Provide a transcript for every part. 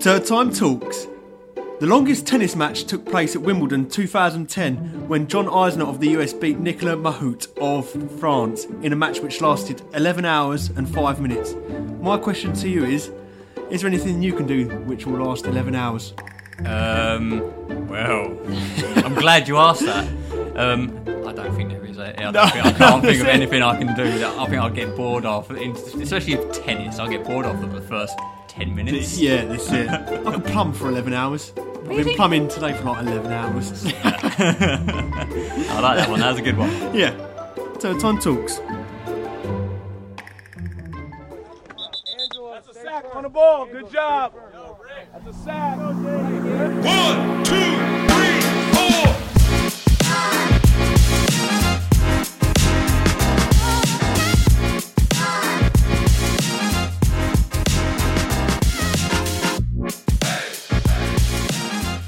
Third Time Talks. The longest tennis match took place at Wimbledon 2010 when John Eisner of the US beat Nicolas Mahut of France in a match which lasted 11 hours and 5 minutes. My question to you is Is there anything you can do which will last 11 hours? Um, well, I'm glad you asked that. Um, I don't think there is. a- I, don't think, I can't think of anything I can do. That I think I'll get bored of, in- especially with tennis. I'll get bored of the first ten minutes. Yeah, this is it. I could plumb for 11 hours. I've been plumbing today for like 11 hours. I like that one. That was a good one. yeah. Third Time Talks. That's a sack on the ball. Good job. That's a sack. One, two, three, four.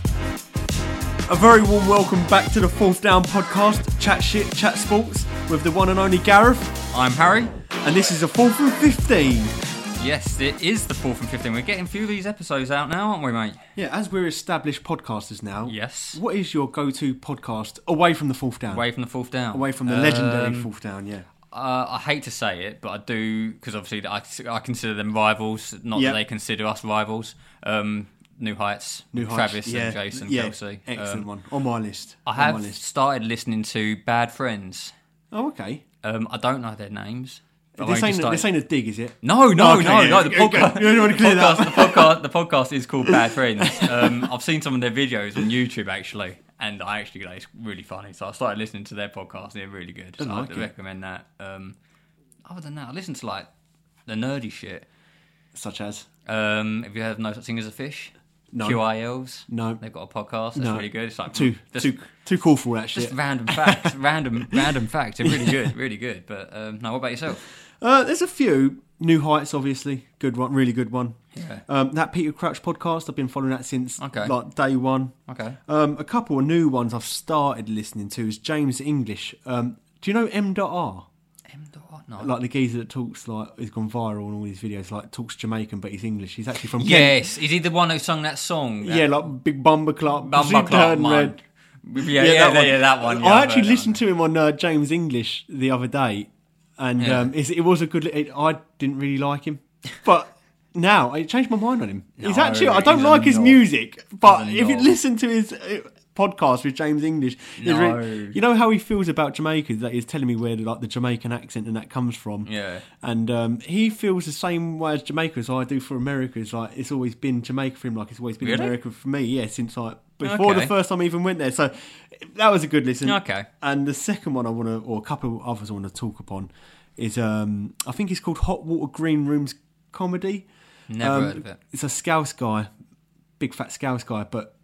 A very warm welcome back to the Fourth Down podcast, Chat Shit, Chat Sports, with the one and only Gareth. I'm Harry. And this is a 4 from 15. Yes, it is the fourth and fifteen. We're getting a few of these episodes out now, aren't we, mate? Yeah, as we're established podcasters now, Yes. What is your go-to podcast away from the fourth down? Away from the fourth down. Away from the Um, legendary fourth down, yeah. Uh, I hate to say it, but I do because obviously I, I consider them rivals. Not Yeah. that they consider us rivals. Um, New Heights, New Heights, Travis yeah, and Jason yeah, Kelsey. excellent Um, one on my list. I on have my list. started listening to Bad Friends. Oh, okay. Um, I don't know their names. but I've This only ain't, just this started- ain't a dig, is it? no, no, Okay, no, yeah, no. The okay, podcast, good. You don't want to clear the that podcast, the podcast, the podcast is called Bad Friends. Um, I've seen some of their videos on YouTube actually, and I actually like it's really funny. So I started listening to their podcast. They're really good. So like I'd it. recommend that. Um, other than that, I listen to like the nerdy shit. Such as Um, have you heard of No Such Thing as a Fish? No. QILs. No. They've got a podcast. That's No. really good. It's like too just- too too cool for all that just shit. random facts, random random facts. They're really good, really good. But um, no, what about yourself? Uh, there's a few New Heights, obviously, good one, really good one. Yeah. Um, that Peter Crouch podcast, I've been following that since Okay. like day one. Okay. Um, a couple of new ones I've started listening to is James English. Um, do you know M.R? M. Dot- No. like the geezer that talks like he's gone viral in all these videos, like talks Jamaican but he's English. He's actually from Kent. yes, is he the one who sung that song? yeah, like big bumper club, Bumba Clark man. Yeah, yeah, yeah, that one. Yeah, that one. I actually listened to him on uh, James English the other day, and Yeah. um, it's, it was a good. li- It, I didn't really like him, but now I changed my mind on him. he's No, actually I don't he's a like his knob. music, but He's a if you knob. listen to his. Uh, Podcast with James English. it's No. really- you know how he feels about Jamaica. That he's telling me where like the Jamaican accent and that comes from. Yeah. And um, he feels the same way as Jamaica as I do for America. It's like it's always been Jamaica for him, like it's always been Really? America for me. Yeah, since like before Okay. the first time I even went there. So that was a good listen. Okay. And the second one I want to, or a couple of others I want to talk upon, is um, I think it's called Hot Water Green Rooms Comedy. Never Um, heard of it. It's a Scouse guy, big fat Scouse guy, but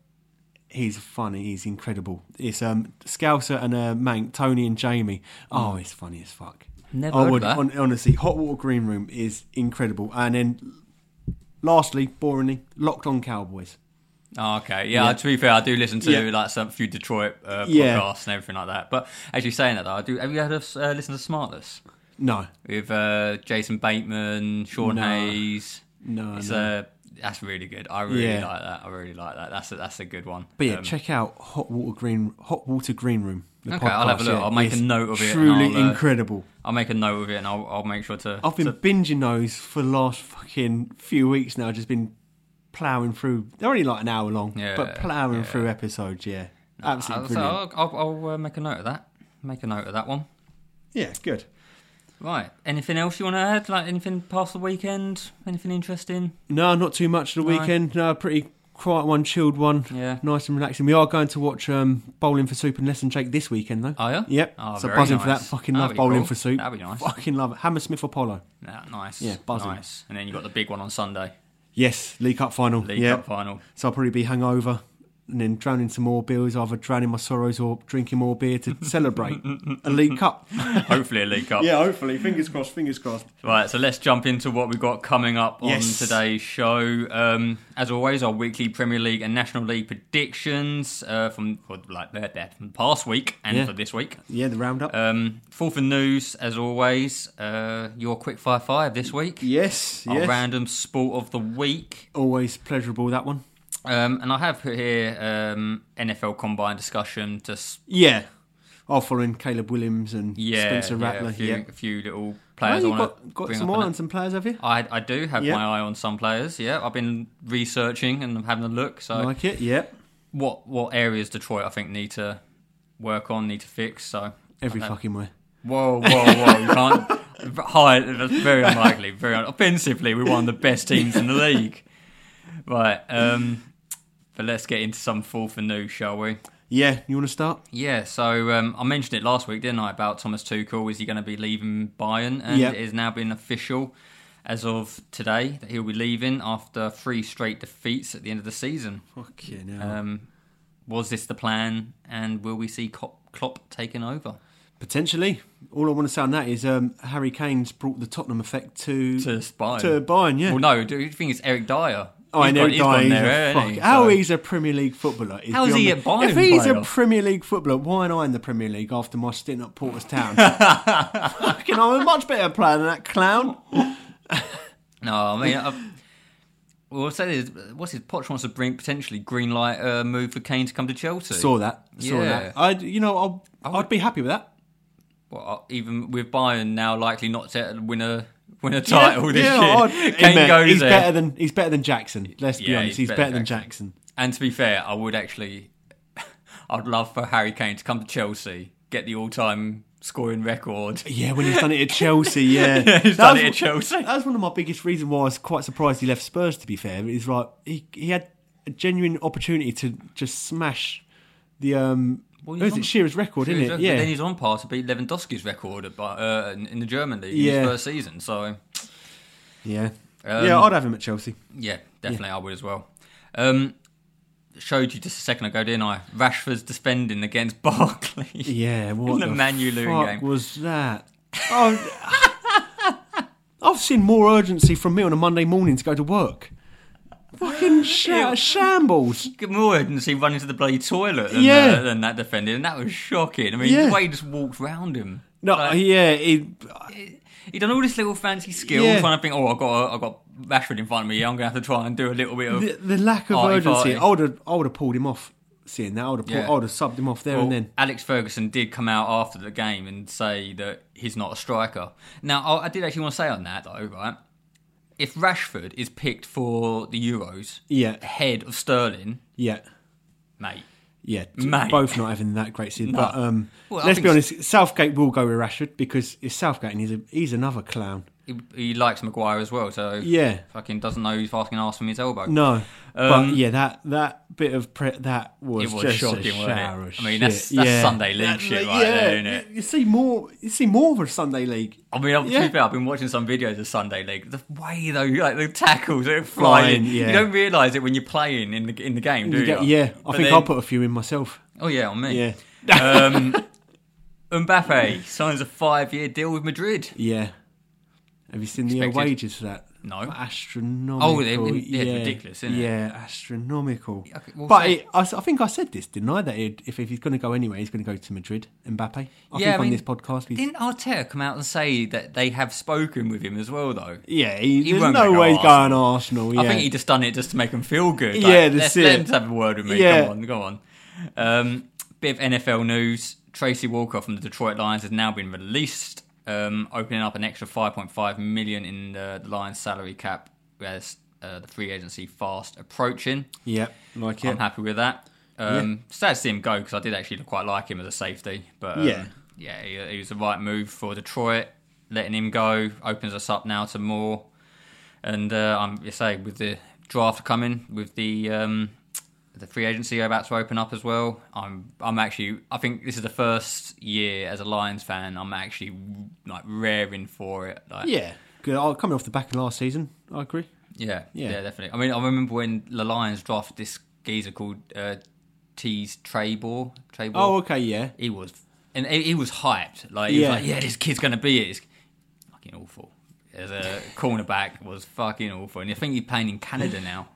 he's funny. He's incredible. It's um, Scouser and uh, Mank, Tony and Jamie. Oh, it's funny as fuck. Mm. Never I heard of would that. hon- honestly. Hot Water Green Room is incredible. And then, lastly, boringly, Locked On Cowboys. Oh, okay, yeah, To be fair, I do listen to Yeah. like some few Detroit uh, podcasts Yeah. and everything like that. But actually, saying that, though, I do. Have you heard of uh, listen to Smartless No, with uh, Jason Bateman, Sean No. Hayes? no, It's no. uh, that's really good. I really Yeah. like that. I really like that. That's a, that's a good one. But yeah, Um, check out Hot Water Green Hot Water Green Room. the Okay, I'll have a look. I'll make a It's note of it and Truly I'll, uh, incredible. I'll make a note of it and I'll, I'll make sure to. I've been to- binging those for the last fucking few weeks now. Just been plowing through. They're only like an hour long, Yeah, but plowing yeah. through episodes. Yeah, I'll, absolutely so brilliant. I'll, I'll, I'll uh, make a note of that. Make a note of that one. yeah, good. Right. Anything else you want to add? Like anything past the weekend? Anything interesting? No, not too much the No. weekend. No, pretty quiet one, chilled one. Yeah. nice and relaxing. We are going to watch um, bowling for soup and less and Jake this weekend though. Are you? Yep. Oh, so very buzzing for that. nice. Fucking That'd love be bowling cool. for soup. That'd be nice. Fucking love it. Hammersmith Apollo. Yeah, nice. Yeah, buzzing. Nice. And then you got the big one on Sunday, Yes, League Cup final. League yeah. Cup final. So I'll probably be hungover and then drowning some more beers, either drowning my sorrows or drinking more beer to celebrate a League Cup. Hopefully a League Cup. yeah, hopefully. Fingers crossed, fingers crossed. Right, so let's jump into what we've got coming up on Yes. today's show. Um, as always, our weekly Premier League and National League predictions uh, from for, like that, that from past week and Yeah. for this week. Yeah, the roundup. Um, fourth and news, as always, uh, your quick fire five this week. yes, Our yes. random sport of the week, Always pleasurable, that one. um, and I have put here um, NFL Combine discussion. Just Yeah. Oh, following Caleb Williams and yeah, Spencer yeah, Rattler. a, few, yeah. a few little Oh, players. I you've wanna got, got bring some up eye on it. on some players, have you? I, I do have Yeah. my eye on some players. Yeah, I've been researching and I'm having a look. So like it, yeah. what what areas Detroit I think need to work on, need to fix. So Every I don't- fucking way. whoa whoa whoa you can't high that's very unlikely. Very un- offensively we're one of the best teams in the league. Right, um, but let's get into some fourth and new, shall we? Yeah, you want to start? Yeah, so um, I mentioned it last week, didn't I, about Thomas Tuchel? Is he going to be leaving Bayern? And Yeah. it has now been official as of today that he'll be leaving after three straight defeats at the end of the season. Fucking hell. Um, was this the plan? And will we see Klopp, Klopp taking over Potentially. All I want to say on that is um, Harry Kane's brought the Tottenham effect to to Bayern? to Bayern, yeah. Well, no, do you think it's Eric Dyer? Oh, I He's know gone- he's gone Dyer's there, a hasn't fuck. he? How So- he's a Premier League footballer. How is he beyond the- a Bayern If he's a player? Premier League footballer, why am I in the Premier League after my stint at Porterstown? Fucking, I'm a much better player than that clown. No, I mean, I've, well, say this, what's his Poch wants to bring potentially green light uh, move for Kane to come to Chelsea. Saw that. Saw Yeah. that. I'd, you know, I'll, I'd be happy with that. Well, uh, even with Bayern now likely not to win a win a title this I'd- year, Hey, Kane man, goes he's there. better than he's better than Jackson. Let's be Yeah, honest, he's, better, than Jackson. and to be fair, I would actually, I'd love for Harry Kane to come to Chelsea, get the all-time scoring record. Yeah, when he's done it at Chelsea, yeah, He's That done was- it at Chelsea. That was one of my biggest reasons why I was quite surprised he left Spurs. To be fair, is like he he had a genuine opportunity to just smash the um. Well, who is he's on- it Shearer's record, isn't it? But Yeah, Then he's on par to beat Lewandowski's record at, Bay- uh, in in the German league in Yeah. his first season. So yeah, Um, yeah. I'd have him at Chelsea. yeah, definitely I would as well. Um, showed you just a second ago, didn't I? Rashford's defending against Barkley. Yeah, what the Man U Luton fuck game. was that? Oh, I've seen more urgency from me on a Monday morning to go to work. Fucking sha- shambles. more urgency running to the bloody toilet than, Yeah. uh, than that defender, and that was shocking. I mean, Yeah. the way he just walked round him. No, Like, yeah, he, he done all this little fancy skills, Yeah. trying to think, oh, I got, I got Rashford in front of me. I'm gonna have to try and do a little bit of. the, the lack of Arty urgency. farty. I would have, I would have pulled him off. Seeing that, I would have, pulled, Yeah. I would have subbed him off there Well, and then. Alex Ferguson did come out after the game and say that he's not a striker. Now, I, I did actually want to say on that though, right? If Rashford is picked for the Euros Yeah. ahead of Sterling, Yeah, mate, yeah. t- Mate. Both not having that great season. But um, Well, I let's be think honest, Southgate will go with Rashford because it's Southgate and he's a, he's another clown. he, he likes Maguire as well, so Yeah. fucking doesn't know who's fucking asked from his elbow. No, but Um, yeah, that that bit of pre- that was, It was just shocking, a wasn't it? shower I of mean, that's- shit. that's yeah. Sunday League That's shit like- right there, yeah. isn't it? You see more, you see more of a Sunday League. I mean, I'm- to Yeah. be fair, I've been watching some videos of Sunday League. The way though, like the tackles are flying. Flying, yeah. You don't realise it when you're playing in the in the game, do you? You get- yeah, I But think then- I'll put a few in myself. Oh yeah, on me. Yeah, Um, Mbappe signs a five-year deal with Madrid. yeah. Have you seen the uh, Expected. wages for that? No. astronomical. Oh, they- they- they're yeah. ridiculous, isn't it? Yeah, astronomical. Okay, well, but say- it, I, s- I think I said this, didn't I? That it, if, if he's going to go anywhere, he's going to go to Madrid. Mbappe. I think on this podcast, he's, didn't Arteta come out and say that they have spoken with him as well, though? yeah, he, he there's won't no go way he's going Arsenal. Arsenal. Yeah. I think he just done it just to make him feel good. Like, Yeah, that's let's, it. let him have a word with me. Yeah. Come on, go on. Um, bit of NFL news: Tracy Walker from the Detroit Lions has now been released, um, opening up an extra 5.5 million in the Lions' salary cap as uh, the free agency fast approaching. yeah, like I'm it. happy with that. Um, Sad to see him go because I did actually quite like him as a safety. But um, Yeah. yeah, he, he was the right move for Detroit. Letting him go opens us up now to more. And uh, I'm you say with the draft coming, with the um, the free agency about to open up as well. I'm I'm actually I think this is the first year as a Lions fan I'm actually like raring for it. Like, Yeah, good. Oh, coming off the back of last season, I agree. yeah, Yeah. yeah, definitely. I mean, I remember when the Lions drafted this geezer called uh, teased Trebor. Trebor. Oh, okay, yeah. He was, and he, he was hyped. Like he Yeah. was like, yeah, this kid's gonna be it. It's fucking awful. As a cornerback was fucking awful, and I think he's playing in Canada now.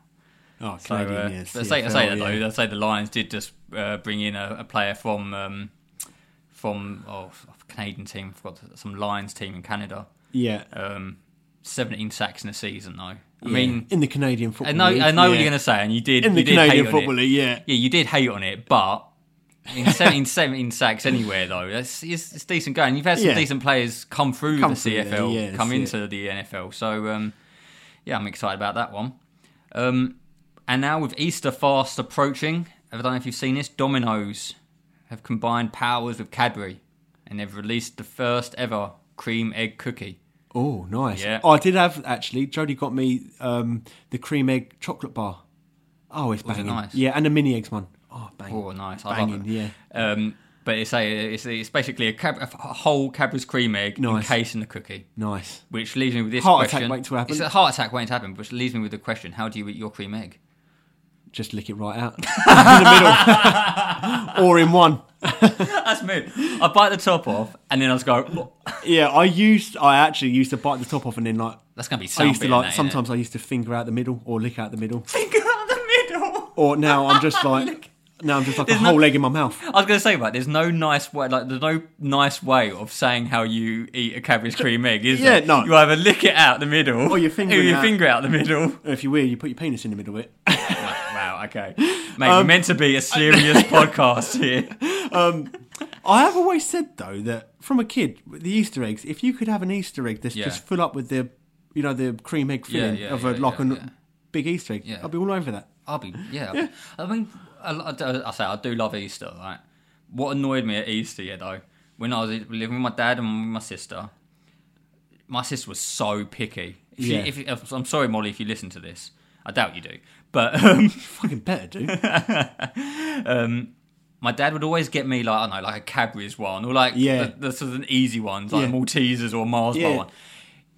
Oh, So, uh, Canadian, yes. I say, I say that CFL, yeah. though. I say the Lions did just uh, bring in a, a player from um, from oh, a Canadian team. I forgot some Lions team in Canada. Yeah. Um, Seventeen sacks in a season though. I mean, in the Canadian football. I know, League, I know what yeah. you're going to say, and you did. In you the did hate Canadian on football it. league, yeah. Yeah, you did hate on it, but in 17, 17 sacks anywhere though, that's it's, it's decent going. You've had some Yeah. decent players come through Come the through there, CFL, yes, come yeah. into the NFL. So um, yeah, I'm excited about that one. Um, and now with Easter fast approaching, I don't know if you've seen this. Domino's have combined powers with Cadbury, and they've released the first ever cream egg cookie. Oh, nice. Yeah. Oh, I did have actually. Jodie got me um, the cream egg chocolate bar. Oh, it's Was it banging. nice? Yeah, and the mini eggs one. Oh, bang. Oh, nice! I love Banging, yeah. it. Um, but it's a it's, it's basically a, cab- a f- a whole Cadbury's cream egg Nice. encased in a cookie, Nice. which leaves me with this Heart attack question: waiting to happen. It's a heart attack waiting to happen, which leaves me with the question: How do you eat your cream egg? Just lick it right out. in the middle. or in one. That's me. I bite the top off, and then I just go. Yeah, I used, I actually used to bite the top off and then like, That's gonna I be. used to sound like, bit in that, innit? sometimes I used to finger out the middle or lick out the middle. finger out the middle. Or now I'm just like, now I'm just like a no- whole egg in my mouth. I was gonna say, right? There's no nice way, like there's no nice way of saying how you eat a Cadbury's cream egg, is Yeah, there? no. You either lick it out the middle, Or you're fingering your out- finger out the middle. If you're weird, you put your penis in the middle of it. Wow, okay. Mate, Um, we're meant to be a serious podcast here. I have always said though that from a kid, the Easter eggs. If you could have an Easter egg that's Yeah. just full up with the, you know, the cream egg filling yeah, of a yeah, like yeah, a yeah. big Easter egg, Yeah. I'd be all over that. I'll be, yeah. I mean, I, I, do- I say I do love Easter, right? What annoyed me at Easter, yeah, though, when I was living with my dad and my sister, my sister was so picky. If you- Yeah. if you- if- I'm sorry, Molly, if you listen to this. I doubt you do. But um, Fucking better, dude. my dad would always get me, like, I don't know, like a Cadbury's one or like Yeah. the, the sort of easy ones, like Yeah. Maltesers or Mars bar Yeah. one.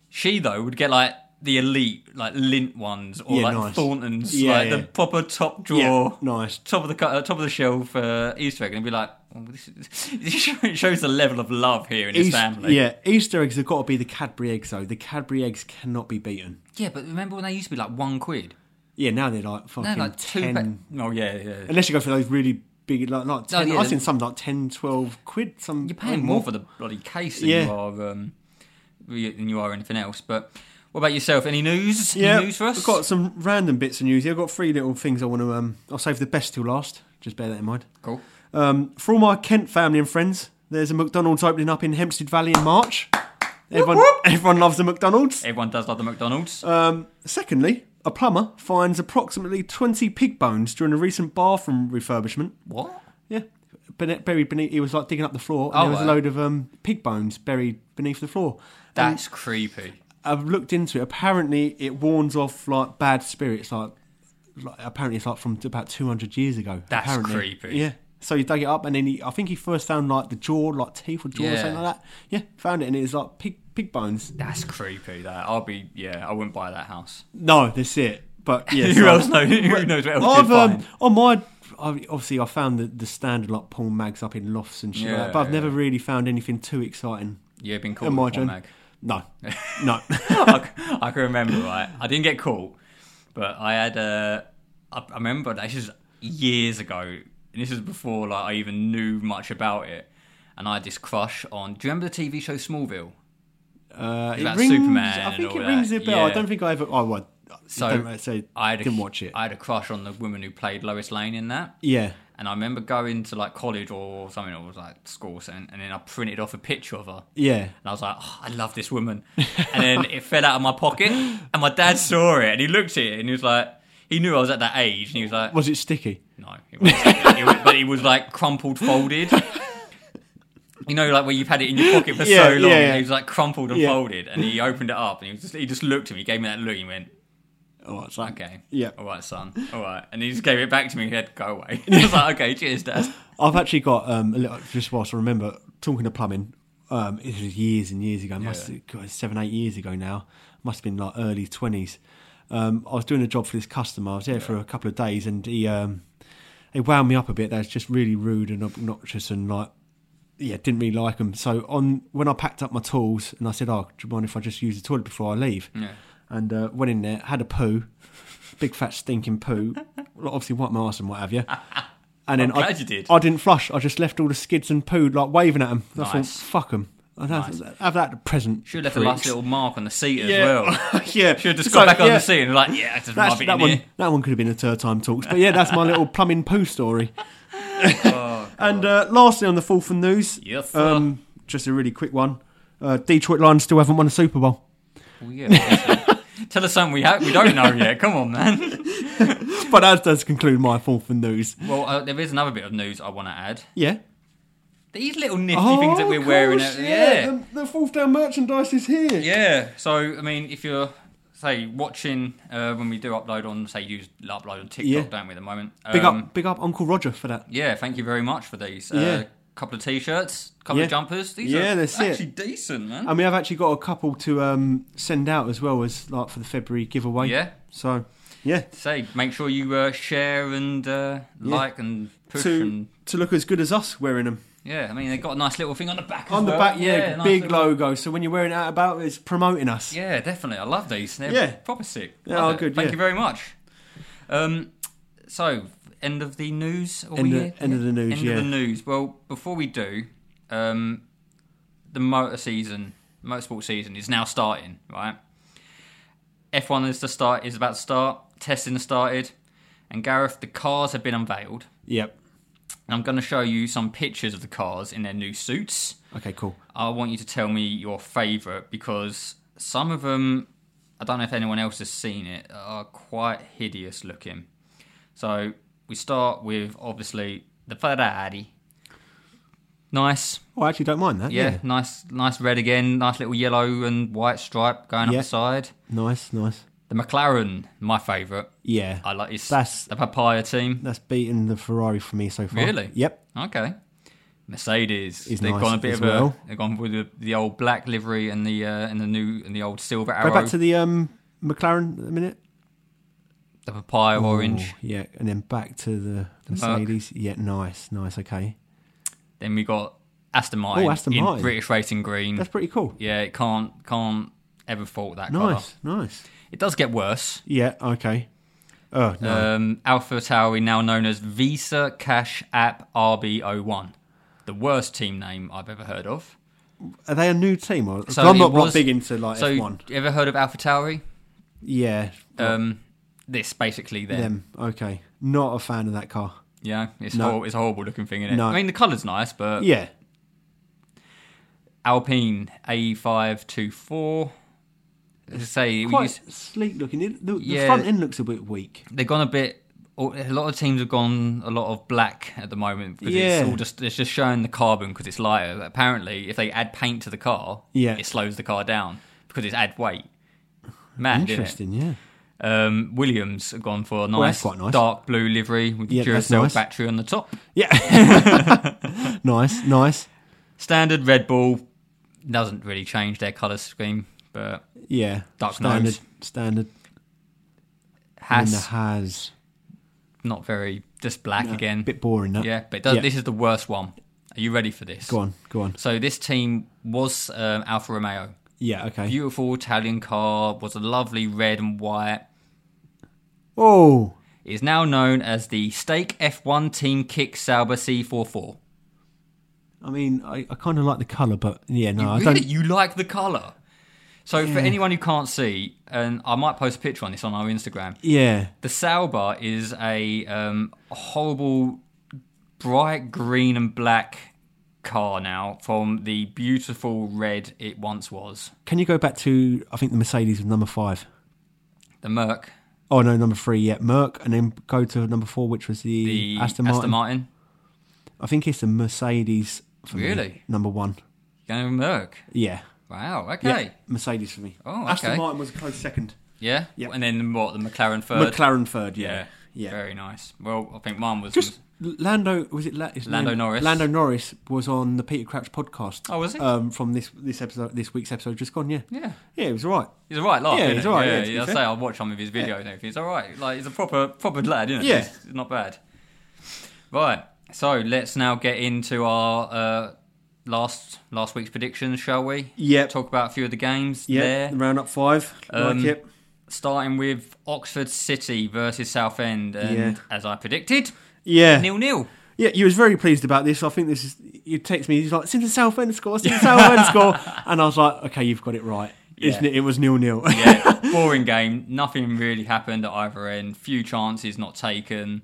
She though would get like the elite, like lint ones or Yeah, like nice. Thornton's, Yeah, like the yeah. proper top yeah, drawer, nice. top of the cu- uh, top of the shelf uh, Easter egg, and be like, oh, this, is- this show- shows the level of love here in his East- family. Yeah, Easter eggs have got to be the Cadbury eggs though. The Cadbury eggs cannot be beaten. Yeah, but remember when they used to be like one quid? Yeah, now they're like fucking No, like two. ten. Pe- oh yeah, yeah. Unless you go for those really big, like, like ten. Oh, yeah, I've seen the- some like 10, 12 quid. Some oh, You're paying more for the bloody case than Yeah. you are um, re- than you are anything else. But what about yourself? Any news? Yeah, Any news for us? I've got some random bits of news. here. I've got three little things I want to. Um, I'll save the best till last. Just bear that in mind. cool. Um, for all my Kent family and friends, there's a McDonald's opening up in Hempstead Valley in March. Everyone, everyone loves a McDonald's. Everyone does love the McDonald's. Um, secondly, a plumber finds approximately 20 pig bones during a recent bathroom refurbishment. what? Yeah, Bene- buried beneath. He was like digging up the floor, and Oh, there was a wow. load of um, pig bones buried beneath the floor. And That's creepy. I've looked into it. Apparently, it warns off like bad spirits. Like, like apparently, it's like from about two hundred years ago. That's apparently. creepy. Yeah. So he dug it up, and then he, I think he first found like the jaw, like teeth or jaw or Yeah. something like that. Yeah, found it, and it was like pig pig bones. That's creepy. That I'll be. Yeah, I wouldn't buy that house. No, that's it. But yeah, who so- else knows? Who knows what else I've you um, find? on my I- obviously I found the, the standard like porn mags up in lofts and shit like Yeah, that, but I've yeah. never really found anything too exciting. You've been called in my a gen- mag. No, no. I, c- I can remember, right? I didn't get caught, but I had a. I I remember this is years ago, and this is before like I even knew much about it. And I had this crush on. Do you remember the TV show Smallville? Uh, it About rings. Superman I and think all it rings that, a bell. I yeah. don't think I ever. Oh, well, So don't matter, so I had a, didn't watch it. I had a crush on the woman who played Lois Lane in that. yeah. And I remember going to like college or something, or like school, or something, and then I printed off a picture of her. Yeah. And I was like, oh, I love this woman. And then it fell out of my pocket, and my dad saw it, and he looked at it, and he was like, he knew I was at that age, and he was like, Was it sticky? no, it wasn't. It was- but it was like crumpled, folded. You know, like where you've had it in your pocket for Yeah, so long, yeah, and yeah. it was like crumpled and Yeah. folded, and he opened it up, and he was just, he just looked at me, gave me that look, and he went, Oh, it's like okay, Yeah. all right, son, all right, and he just gave it back to me, and he said, go away. I was like, okay, cheers, dad. I've actually got um, a little, just whilst I remember talking to plumbing. Um, it was years and years ago. Must God, seven, eight years ago now. Must have been like early twenties. Um, I was doing a job for this customer. I was there for a couple of days, and he um, they wound me up a bit. They was just really rude and obnoxious and like, yeah, didn't really like them. So on when I packed up my tools and I said, "Oh, do you mind if I just use the toilet before I leave?" Yeah. And uh, went in there, had a poo, big fat stinking poo, well, obviously wiped my ass and what have you. And then I, glad you did. I didn't flush. I just left all the skids and poo like waving at them. I thought, Nice. "Fuck them." I'd have, have that present. Should have left a nice pricks. little mark on the seat as Yeah. well. yeah. Should have just So, got back on yeah, the seat and like, yeah, just That's, rub it that in one. here. That one could have been a third time talks, but yeah, that's my little plumbing poo story. Oh, and uh, lastly, on the Fulford news, Yes, sir. um, just a really quick one. Uh, Detroit Lions still haven't won a Super Bowl. Well, yeah, obviously. Tell us something we ha- we don't know yet. Come on, man. But that does conclude my Fulford news. Well, uh, there is another bit of news I want to add. Yeah. These little nifty things that we're Oh, of wearing. course, uh, yeah. The, the fourth down merchandise is here. Yeah. So I mean, if you're say watching uh, when we do upload on say you upload on TikTok, Yeah. don't we at the moment? Big Um, up, big up, Uncle Roger for that. Yeah. Thank you very much for these. Yeah. Uh, couple of t-shirts, couple Yeah. of jumpers. These Yeah, are that's it. Um, actually decent, man. And we have actually got a couple to um, send out as well as like for the February giveaway. Yeah. So, yeah, Say, make sure you uh, share and uh, like and push to and to look as good as us wearing them. yeah. I mean, they got a nice little thing on the back. as On the well. back, yeah, nice big little- logo. So when you're wearing it out about, it's promoting us. Yeah, definitely. I love these. They're Yeah. proper sick. Yeah, Love oh, it. good, Thank yeah. you very much. Um, so end of the news. Are End we of- here? end of the news, End yeah. of the news. Well, before we do, um, the motor season, motorsport season is now starting. Right, F one is to start. Is about to start. Testing has started, and Gareth, the cars have been unveiled. Yep. And I'm going to show you some pictures of the cars in their new suits. Okay, cool. I want you to tell me your favourite because some of them, I don't know if anyone else has seen it, are quite hideous looking. So we start with obviously the Ferrari. Nice, Well, Oh, I actually don't mind that. yeah, Yeah. nice, nice red again, nice little yellow and white stripe going Yeah. up the side. Nice, nice. The McLaren, my favourite. Yeah. I like it's That's- the papaya team. That's beaten the Ferrari for me so far. Really? Yep. Okay. Mercedes, Is they've nice gone a bit as of well. a, they've gone with the, the old black livery and the uh, and the new and the old silver Go arrow. back to the um, McLaren at the minute. the papaya orange. Ooh, yeah, and then back to the Mercedes. Yeah, nice, nice. Okay, Then we got Aston Martin, Oh, Aston in Martin. British Racing Green. that's pretty cool. yeah, it can't can't ever fault that colour. Nice, nice. It does get worse. Yeah. Okay. Oh no. Um, Alpha Tauri, now known as Visa Cash App RB01, the worst team name I've ever heard of. Are they a new team? Or, 'cause So I'm it not, not was- big into like So, F1. you ever heard of Alpha Tauri? Yeah. Um, this basically them. them. Okay. Not a fan of that car. Yeah, it's No. horrible, it's a horrible looking thing, isn't it? No. I mean, the colour's nice, but Yeah. Alpine A524. As I say, we Quite used- sleek looking. It- The, the Yeah. front end looks a bit weak. they've gone a bit. A lot of teams have gone a lot of black at the moment because Yeah. it's all just it's just showing the carbon because it's lighter. But apparently, if they add paint to the car, Yeah. it slows the car down because it's add weight. Mad, Interesting. Interesting. Yeah. Um, Williams have gone for a Well, that's nice, quite nice. dark blue livery with the Yeah, that's Duracell nice. battery on the top. Yeah. nice. Nice. Standard Red Bull doesn't really change their colour scheme, but Yeah. Dark standard. nose. Standard. And the has has. not very just black again. Bit boring. That. yeah, but it does, Yeah. this is the worst one. Are you ready for this? Go on. Go on. So this team was um, Alfa Romeo. Yeah. Okay. Beautiful Italian car was a lovely red and white. oh. It is now known as the Stake F1 Team Kick Sauber C44. I mean, I, I kind of like the color, but yeah, no, I really, don't. you like the colour. So for Yeah. anyone who can't see, and I might post a picture on this on our Instagram, Yeah. the Sauber is a um, horrible bright green and black car now from the beautiful red it once was. Can you go back to I think the Mercedes with number five? The Merc, Oh no, number three. Yeah, Merck, and then go to number four, which was the, the Aston Martin. Aston Martin. I think it's the Mercedes. For me, Really? number one. Going with Merc. Yeah. Wow. Yeah. Okay. Mercedes for me. Oh, Aston okay. Martin was a close second. Yeah. Yep. And then what? The McLaren third. McLaren third. Yeah. Uh, Yeah. Yeah. Very nice. Well, I think mine was. Just Lando was it La- his Lando name- Norris. Lando Norris was on the Peter Crouch podcast. Oh, was he? Um, from this this episode, this week's episode, just gone. Yeah. yeah. Yeah, it was all right. He's a right laugh. Yeah, isn't he's he? all right, yeah, Yeah, to be I fair. say I watch some of his videos and everything. He's all right. Like he's a proper proper lad, isn't he? Yeah. He's not bad. Right. So let's now get into our uh, last last week's predictions, shall we? Yep. Talk about a few of the games Yeah, there. round up five. Um, like it. Starting with Oxford City versus Southend, and Yeah. as I predicted, Yeah. nil nil. Yeah, you was very pleased about this. I think this is. You text me. He's like, "Since the South End score, since the South End score," and I was like, "Okay, you've got it right, isn't Yeah. it? It was nil nil." Yeah, boring game. Nothing really happened at either end. Few chances not taken,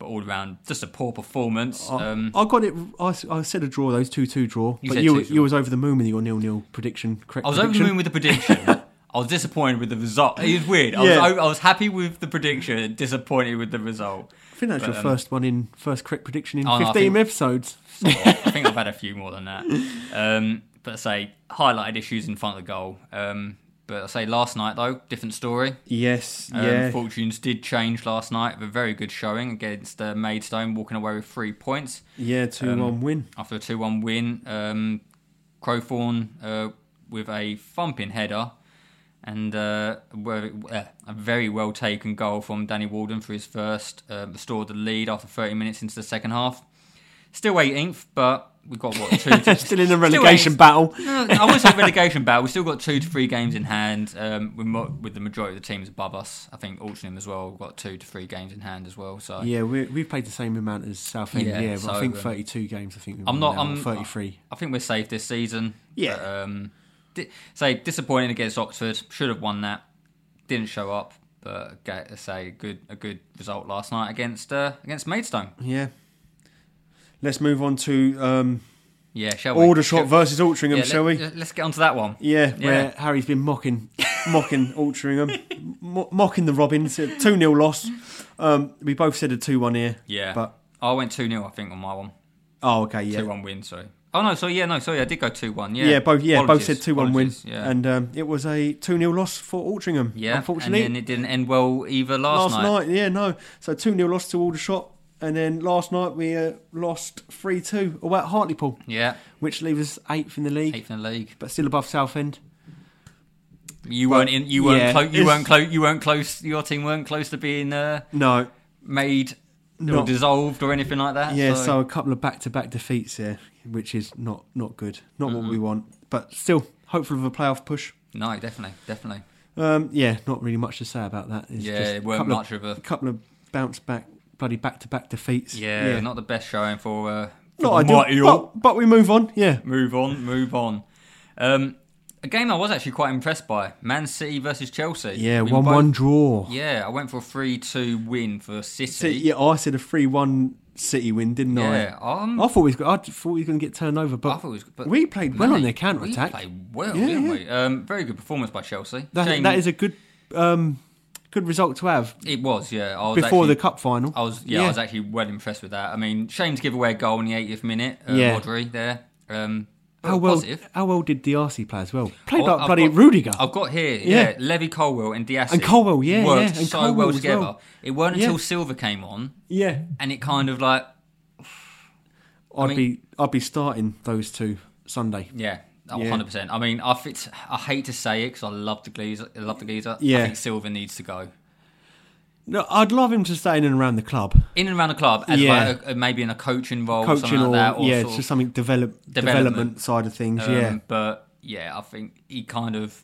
but all around just a poor performance. Oh. um, I got it. I, s- I said a draw. Those two two draw. You but said you two were- draw. you was over the moon with your nil nil prediction. Correct. I was over the prediction. moon with the prediction. I was disappointed with the result. It was weird. I, Yeah. was, o- I was happy with the prediction, disappointed with the result. I think that's but, your um, first one in first correct prediction in Oh, no, I fifteen think- episodes. So I think I've had a few more than that. Um, but I say highlighted issues in front of the goal. Um, but I say last night though, different story. Yes. Um, yeah. Fortunes did change last night with a very good showing against uh, Maidstone, walking away with three points yeah. Two um, one win. after a 2 1 win. Um, Crowthorne uh, with a thumping header and uh, were- uh, a very well taken goal from Danny Walden for his first, uh, restored the lead after 30 minutes into the second half. Still 18th, but we've got what, two to Still in the relegation eighth. battle. No, I would say relegation battle. We've still got two to three games in hand. Um, with, mo- with the majority of the teams above us, I think Altrincham as well. We've got two to three games in hand as well. So Yeah, we we've played the same amount as Southend. Yeah, Yeah, but I so, think um, thirty two games. I think we've I'm won not. now, or I'm thirty three. I think we're safe this season. Yeah. But, um, di- say disappointing against Oxford. Should have won that. Didn't show up. But get, say a good a good result last night against uh, against Maidstone. Yeah. Let's move on to um, Yeah. Shall we? Aldershot versus Altrincham, Oh, yeah, shall let, we? Let's get onto that one. Yeah, where Yeah. Harry's been mocking, mocking Altrincham, mo- mocking the Robins. Two 0 loss. Um, we both said a two one here. Yeah. but I went two 0 I think on my one. oh, okay, yeah, Two one win. Sorry. Oh no. So yeah. No. Sorry. I did go two one. Yeah. yeah, both yeah, Apologies, both said two one win, apologies, Yeah. and um, it was a two 0 loss for Altrincham. yeah. unfortunately, and then it didn't end well either last, last night. yeah, no, so two 0 loss to Aldershot, and then last night we uh, lost three two away at Hartlepool, Yeah. which leaves us eighth in the league, Eighth in the league. but still above Southend. You weren't in. You weren't. yeah, close. you it's- weren't close. You weren't close. Your team weren't close to being uh, No, made or Not- dissolved or anything like that. Yeah, so, a couple of back-to-back defeats here, which is not not good, not what we want. But still, hopeful of a playoff push. no, definitely, definitely. Um, yeah, not really much to say about that. It's Yeah, just it weren't couple much of a- couple of bounce back, bloody back-to-back defeats. Yeah, not the best showing for. Uh, for not the Mighty ideal. Orc. But, but we move on. Yeah, Move on, move on. Um, a game I was actually quite impressed by: Man City versus Chelsea. yeah, We were one-one both- draw. Yeah, I went for a three-two win for City. So, yeah, I said a three-one City win, didn't yeah, I? um, I thought we was, I thought we were going to get turned over, but, I thought it was, but we played well on mate, their counter attack. We played well, Yeah, didn't yeah. we? Um, very good performance by Chelsea. That, Shame- that is a good um, good result to have it was, yeah. I was before actually- the cup final. I was yeah, I was actually well impressed with that. I mean, shame to give away a goal in the 80th minute, uh, Yeah. Rodri there. Um, but How well? Positive. How well did Diarcy play as well? Played Well, like I've bloody got- Rudiger. I've got here, Yeah. yeah, Levy Colwell and Diaz And Colwell, yeah, worked yeah, and so Colwell well as together. well. It weren't Yeah. until Silver came on, yeah, and it kind of like I'd mean- be I'd be starting those two Sunday. yeah. Yeah. 100. percent I mean, I fit, I hate to say it because I love the geezer. I love the geezer. Yeah. I think Silver needs to go No, I'd love him to stay in and around the club, in and around the club as Yeah. like a, a- maybe in a coaching role, or coaching something or, like that, or yeah, sort it's of- just something develop development, Development. side of things. Um, yeah, But yeah, I think he kind of.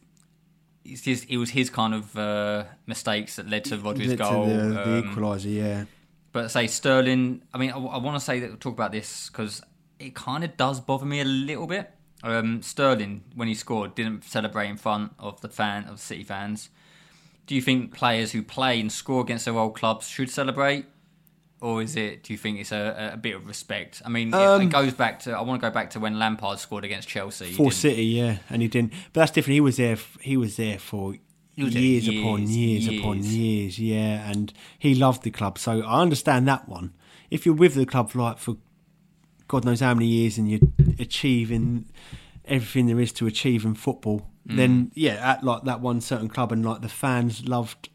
It's his, it was his kind of uh, mistakes that led to Rodri's Led to goal. the, the um, equaliser. Yeah, but say Sterling. I mean, I, want to say that talk about this because it kind of does bother me a little bit. Um, Sterling, when he scored, didn't celebrate in front of the fan of City fans. Do you think players who play and score against their old clubs should celebrate, or is it? Do you think it's a, a bit of respect? I mean, it- Um, it, goes back to. I want to go back to when Lampard scored against Chelsea. He for didn't- City. Yeah, and he didn't. But that's different. He was there. f- He was there for. was there Years, upon years, years, upon years. years, yeah, and he loved the club, so I understand that one. If you're with the club for like for God knows how many years and you're achieving everything there is to achieve in football, Mm. then yeah, at like that one certain club and like the fans loved,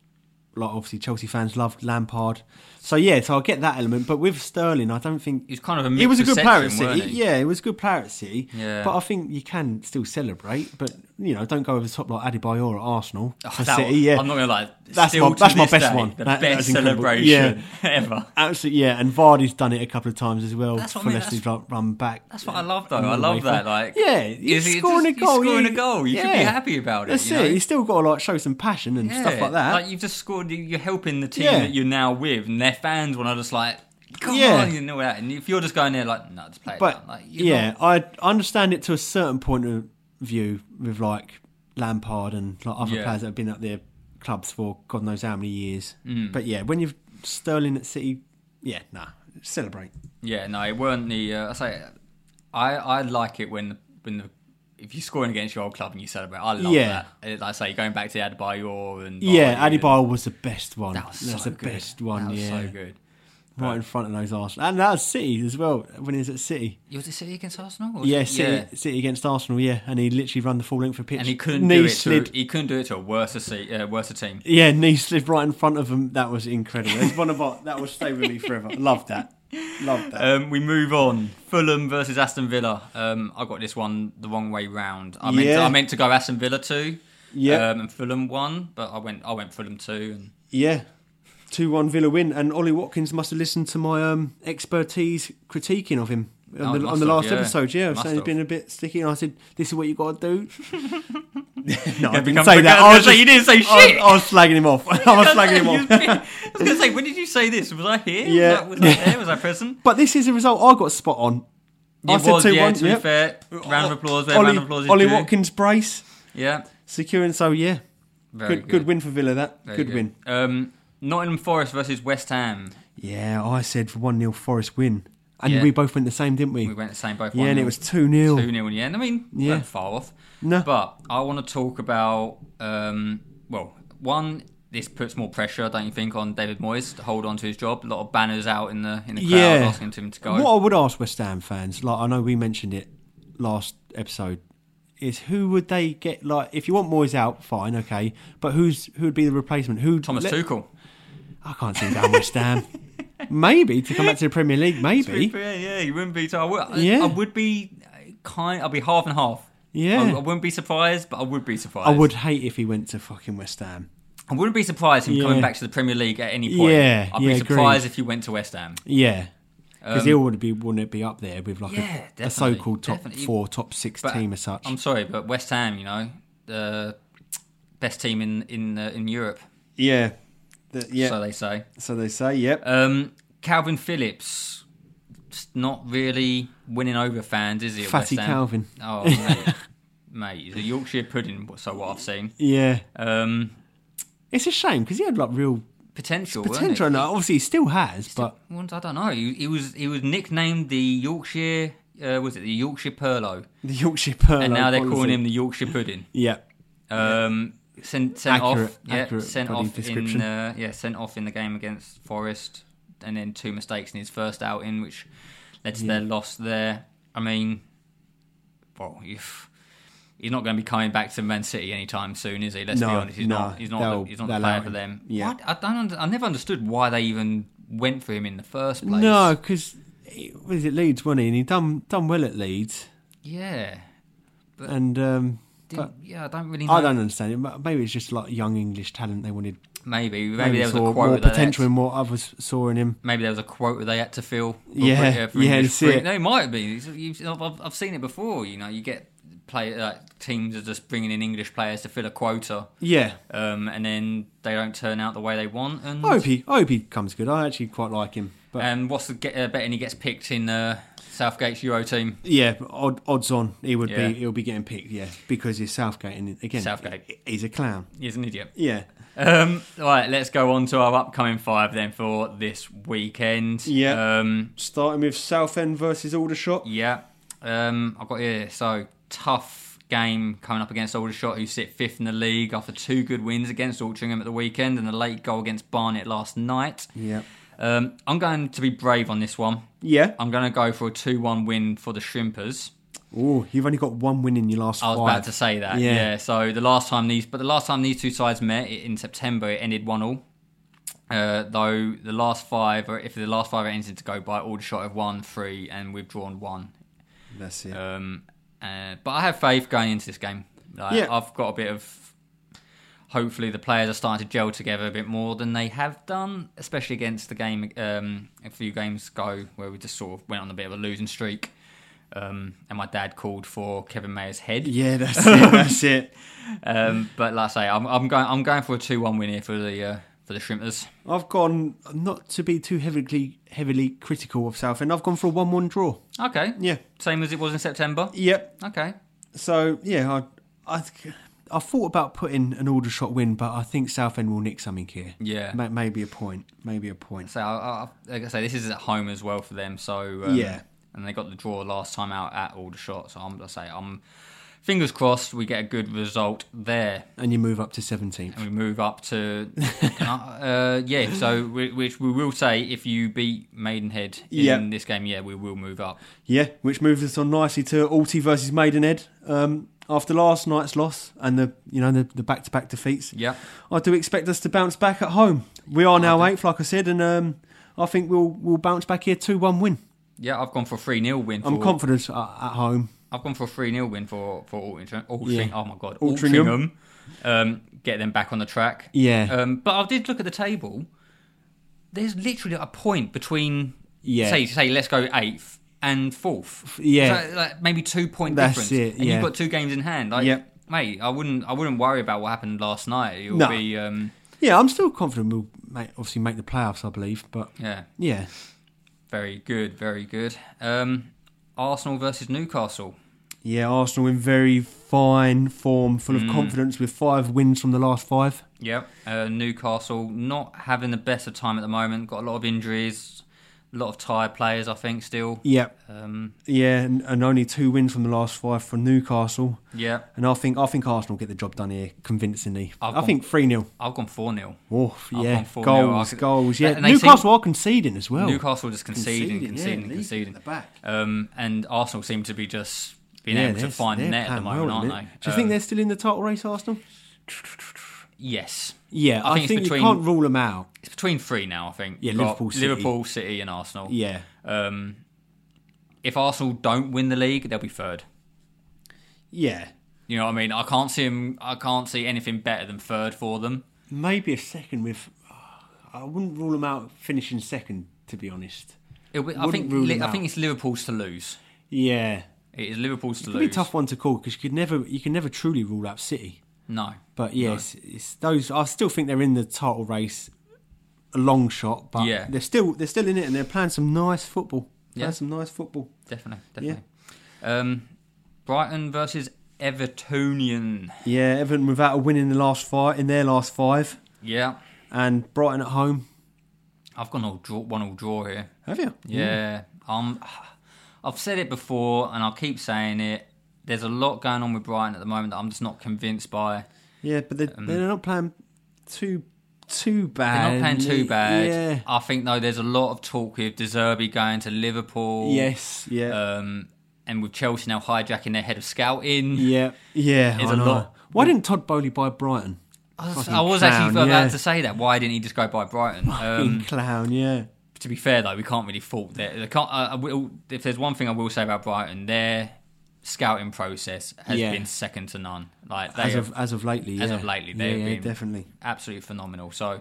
like obviously Chelsea fans loved Lampard. So yeah, so I get that element, but with Sterling, I don't think He was kind of a he was a mixed good player at reception, City. weren't he? Yeah, he was a good player at City. Yeah. But I think you can still celebrate, but you know, don't go over the top like Adebayor at Arsenal. for Oh, That- City, yeah. I'm not gonna lie. That's still my- to that's my this best day, one. The That- best that's incredible. celebration ever. Absolutely, yeah. And Vardy's done it a couple of times as well That's what I for mean, Leicester's that's- run, run back. That's what I love, though. And I all the way love through. that. Like, Mm, yeah, it's- he's it's scoring just- a goal. He's scoring yeah. a goal. You should be Yeah. happy about it. That's you know? it. He's still got to like show some passion and stuff Yeah, like that. Like you've just scored. you- You're helping the team Yeah. that you're now with, and their fans want to just like, come Yeah. on, you know that. And if you're just going there like, no, just play it but down. Like, you're yeah, not- I I understand it to a certain point of view with like Lampard and like other Yeah. players that have been at their clubs for God knows how many years. Mm. But yeah, when you've Sterling at City, yeah, nah, celebrate. yeah, no, it weren't the. Uh, I say, I I like it when the when the. If you're scoring against your old club and you celebrate, I love Yeah. that. It- Like I say, going back to Adebayor and yeah, Vardy, Adebayo was the best one. That was so the good. best one. That was yeah, so good. right in front of those Arsenal, and that was City as well when he was at City. You was it City against Arsenal? Or Yeah, was it- City, City against Arsenal. Yeah, and he literally ran the full length of the pitch, And he couldn't knee do it. slid. To, he couldn't do it to a worse se- uh, worse team. Yeah, knee slid right in front of him. That was incredible. It's one of our, that will stay with me forever. Love that. Love that. Um, we move on. Fulham versus Aston Villa. Um, I got this one the wrong way round. I meant to, Yeah. I meant to go Aston Villa two. Yeah. Um, and Fulham one, but I went I went Fulham two. And yeah. 2 1 Villa win, and Ollie Watkins must have listened to my um, expertise critiquing of him Oh, on, the, must on the have, last yeah. episode. Yeah, I was Must saying he's have. been a bit sticky, and I said, This is what you got to do. no, I didn't Become- say that. I was I was, gonna say, just, you didn't say I, shit. was, I was slagging him off. I was slagging him off. I was gonna say, when did you say this? Was I here? Yeah. Was I, was I there? Was I present? But this is a result I got spot on. I It said was, yeah, Oh, 2-1, to be yep. fair. Round of applause there, Ollie, round of applause is Ollie due. Watkins brace, Yeah. securing, so yeah. Very good, good win for Villa, that. Very good win. Um, Nottingham Forest versus West Ham. Yeah, I said for 1 0 Forest win. And Yeah. we both went the same, didn't we? We went the same both. yeah, and it 1-0. was 2 0. 2 0 in the end. I mean, Yeah. yeah. weren't far off. No. But I want to talk about, um, well, one, this puts more pressure, don't you think, on David Moyes to hold on to his job? A lot of banners out in the in the crowd Yeah. asking him to go. What I would ask West Ham fans, like I know we mentioned it last episode, is who would they get? Like, if you want Moyes out, fine, okay. But who's who would be the replacement? Who Thomas let- Tuchel. I can't see him down West Ham. Maybe to come back to the Premier League. Maybe. Yeah, yeah, he wouldn't be. So I would, I- Yeah. I, would be uh, kind. I'd be half and half. Yeah. I, I wouldn't be surprised, but I would be surprised. I would hate if he went to fucking West Ham. I wouldn't be surprised him Yeah. coming back to the Premier League at any point. Yeah, I'd yeah, be agreed. surprised if he went to West Ham. Yeah. Because he would be, wouldn't it be up there with like a- Um, Yeah, a, definitely, so-called top definitely. four, top six But team as such? I'm sorry, but West Ham, you know, the best team in in uh, in Europe, yeah, The- yeah. so they say. So they say, yep. Um, Calvin Phillips, just not really winning over fans, is he? at Fatty West Ham? Calvin. Oh, mate, mate, he's a Yorkshire pudding. So what I've seen, yeah. um, Uh, It's a shame because he had like real potential, weren't potential, it? and obviously he still has, but Well, I don't know. He, he was he was nicknamed the Yorkshire. Uh, was it the Yorkshire Perlo? the Yorkshire Perlo. And now they're policy- calling him the Yorkshire Pudding. Yeah. Um, sent sent Accurate- off, yeah, accurate sent body off description. in uh, yeah, sent off in the game against Forest, and then two mistakes in his first outing, which led to their loss there. I mean, well, if he's not going to be coming back to Man City anytime soon, is he? Let's be No, honest, he's no, not. He's not. they'll- The, he's not the they'll player out for him. them. Yeah. Why- I don't. Under, I never understood why they even went for him in the first place. No, because was it Leeds, wasn't he? And he done done well at Leeds, Yeah. and um, Didn't- yeah, I don't really. Know. I don't understand it. but Maybe it's just like young English talent they wanted. Maybe, maybe Maybe there was a saw quote more that they had potential to- in what others saw in him. maybe there was a quota they had to fill. for- Yeah, for- uh, for yeah, English that's it. Premier- No, it might be. It's- you've- I've, I've- I've seen it before. You know, you get play like teams are just bringing in English players to fill a quota, Yeah, um, and then they don't turn out the way they want. And I hope he, I hope he comes good. I actually quite like him, Oh, but and what's the get, uh, betting he gets picked in uh, Southgate's Euro team? yeah, odd, odds on he would Yeah. be he'll be getting picked. Yeah, because he's Southgate, and again, Southgate. he's a clown. He's an idiot. Yeah, Um, right, let's go on to our upcoming five then for this weekend. Yeah. Um, starting with Southend versus Aldershot. Yeah. Um, I've got here. So, tough game coming up against Aldershot, who sit fifth in the league after two good wins against Altrincham at the weekend and a late goal against Barnet last night. Yeah. Um, I'm going to be brave on this one. Yeah. I'm going to go for a 2 1 win for the Shrimpers. Oh, you've only got one win in your last I was five. about to say that. Yeah. Yeah. So the last time these, but the last time these two sides met it, in September, it ended one all. Uh, though the last five, or if the last five are ended to go by, Aldershot have won three and we've drawn one That's it. uh, Um, uh, but I have faith going into this game. Like, Yeah. I've got a bit of. Hopefully, the players are starting to gel together a bit more than they have done, especially against the game um, a few games ago where we just sort of went on a bit of a losing streak. Um, and my dad called for Kevin Mayer's head. Yeah, that's it. That's it. Um, but like I say, I'm, I'm going. I'm going for a two-one win here for the uh, for the Shrimpers. I've gone not to be too heavily heavily critical of Southend. I've gone for a one-one draw. Okay. Yeah. Same as it was in September. Yep. Okay. So yeah, I I, th- I thought about putting an order shot win, but I think Southend will nick something here. Yeah. Ma- maybe a point. Maybe a point. So, I, I, like I say, this is at home as well for them. So um, Yeah. and they got the draw last time out at Aldershot. So I'm, I say, I'm fingers crossed we get a good result there. And you move up to seventeenth. and we move up to uh, yeah. So we, which we will say if you beat Maidenhead in Yeah. this game, yeah, we will move up. Yeah, which moves us on nicely to Alty versus Maidenhead. Um, after last night's loss and the you know the, the back-to-back defeats, Yeah. I do expect us to bounce back at home. We are now eighth, like I said, and um, I think we'll we'll bounce back here two-one win. Yeah, I've gone for a 3 0 win. For, I'm confident at, at home. I've gone for a 3 0 win for, for Altrincham. Yeah. Oh my God. Altrincham. Altrincham. Um, get them back on the track. Yeah. Um, but I did look at the table. There's literally a point between, Yeah. say, say let's go eighth and fourth. Yeah. So, like, maybe two point That's difference. it, And yeah. you've got two games in hand. Like, Yep. Mate, I wouldn't. I wouldn't worry about what happened last night. It'll No. be um, Yeah, I'm still confident we'll make, obviously make the playoffs, I believe. But yeah, yeah, very good, very good. Um, Arsenal versus Newcastle. yeah, Arsenal in very fine form, full of Mm. confidence, with five wins from the last five. Yep. Uh, Newcastle not having the best of time at the moment. Got a lot of injuries, a lot of tired players, I think, still. Yeah, Um, yeah, and, and only two wins from the last five from Newcastle. yeah. And I think I think Arsenal get the job done here convincingly. I've I gone- think three 0 I've gone 4 0. Oof, I've yeah, gone 4-0. goals, I- goals. Yeah, and they Newcastle are conceding as well. Newcastle just conceding, Oh, Conceding, yeah, conceding, leading conceding. at the back. Um, and Arsenal seem to be just being yeah, able to they're- find they're net at the playing moment, well, aren't isn't it? they? Do you think Um, they're still in the title race, Arsenal? Yes. Yeah, I, I think it's think, between- you can't rule them out. It's between three now, I think. Yeah, You've got Liverpool City. Liverpool, City, and Arsenal. Yeah, Um, if Arsenal don't win the league, they'll be third. yeah. You know what I mean? I can't see 'em- I can't see anything better than third for them. Maybe a second with. I wouldn't rule them out finishing second, to be honest. It, w- I Wouldn't think rule Li- them I out. think it's Liverpool's to lose. Yeah, It is Liverpool's to it'd be a lose. tough one to call because you could never, you can never truly rule out City. No. But yes, it's, it's those. I still think they're in the title race, a long shot. But Yeah. they're still they're still in it and they're playing some nice football. Playing Yeah. some nice football. Definitely, definitely. Um, Brighton versus Evertonian. Yeah, Everton without a win in the last five in their last five, Yeah, and Brighton at home. I've gone all draw, one all draw here. Have you? Yeah, um, I've said it before, and I'll keep saying it. There's a lot going on with Brighton at the moment that I'm just not convinced by. Yeah, but they're, they're not playing too too bad. Um, They're not playing too bad. Yeah. I think though there's a lot of talk with Deserby going to Liverpool. Yes. Yeah. Um, and with Chelsea now hijacking their head of scouting. Yeah, yeah, There's I a know. lot. Why didn't Todd Bowley buy Brighton? I was, Fucking I was actually clown, about yeah. to say that. Why didn't he just go by Brighton? Fucking Um, clown, yeah, to be fair though, we can't really fault that. They can't, I I will, if there's one thing I will say about Brighton, their scouting process has Yeah. been second to none. Like they as have of as of lately, yeah. as of lately, yeah, they've yeah, been- definitely. absolutely phenomenal. So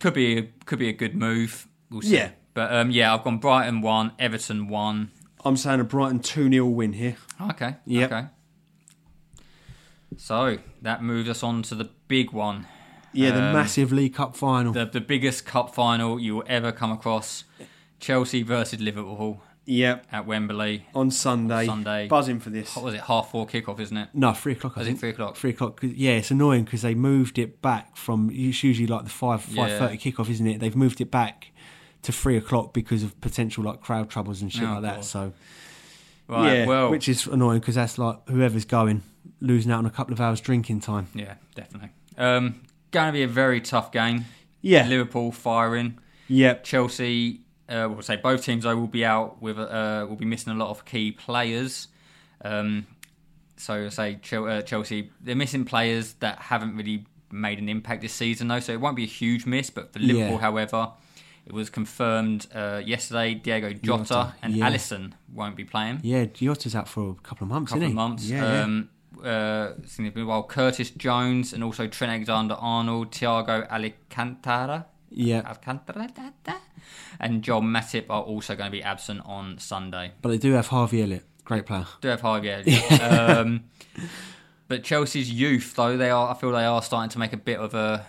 could be could be a good move. We'll see. Yeah. But um, yeah, I've gone Brighton one, Everton one. Oh, I'm saying a Brighton two 0 win here. Okay. Yep. Okay. So that moves us on to the big one, Yeah, the massive League Cup final. Um, the the biggest cup final you will ever come across: Chelsea versus Liverpool yeah, at Wembley. on Sunday. Sunday. buzzing for this. What was it? Half four kickoff, isn't it? No, three o'clock. I Was it think. three o'clock? Three o'clock. 'cause- Yeah, it's annoying because they moved it back from. It's usually like the five Yeah. five thirty kickoff, isn't it? They've moved it back to three o'clock because of potential like crowd troubles and shit Oh, like that. God. So Right. yeah, well, which is annoying because that's like whoever's going losing out on a couple of hours drinking time. yeah, definitely. Um, going to be a very tough game. Yeah, Liverpool firing. Yep. Chelsea, uh, we'll say both teams though will be out with uh, will be missing a lot of key players. Um, so say Chel- uh, Chelsea, they're missing players that haven't really made an impact this season though, so it won't be a huge miss. But for Liverpool, Yeah. however, it was confirmed uh, yesterday Diego Jota, Jota, and yeah. Allison won't be playing Yeah, Giotta's out for a couple of months, couple isn't of he? months. Yeah, yeah. um, uh, significant while Curtis Jones and also Trent Alexander Arnold, Thiago Alicantara, Yeah, Alcantara, and Joel Matip are also going to be absent on Sunday. but they do have Harvey Elliott, great player. Do have Harvey Elliott. um, but Chelsea's youth, though they are, I feel they are starting to make a bit of a,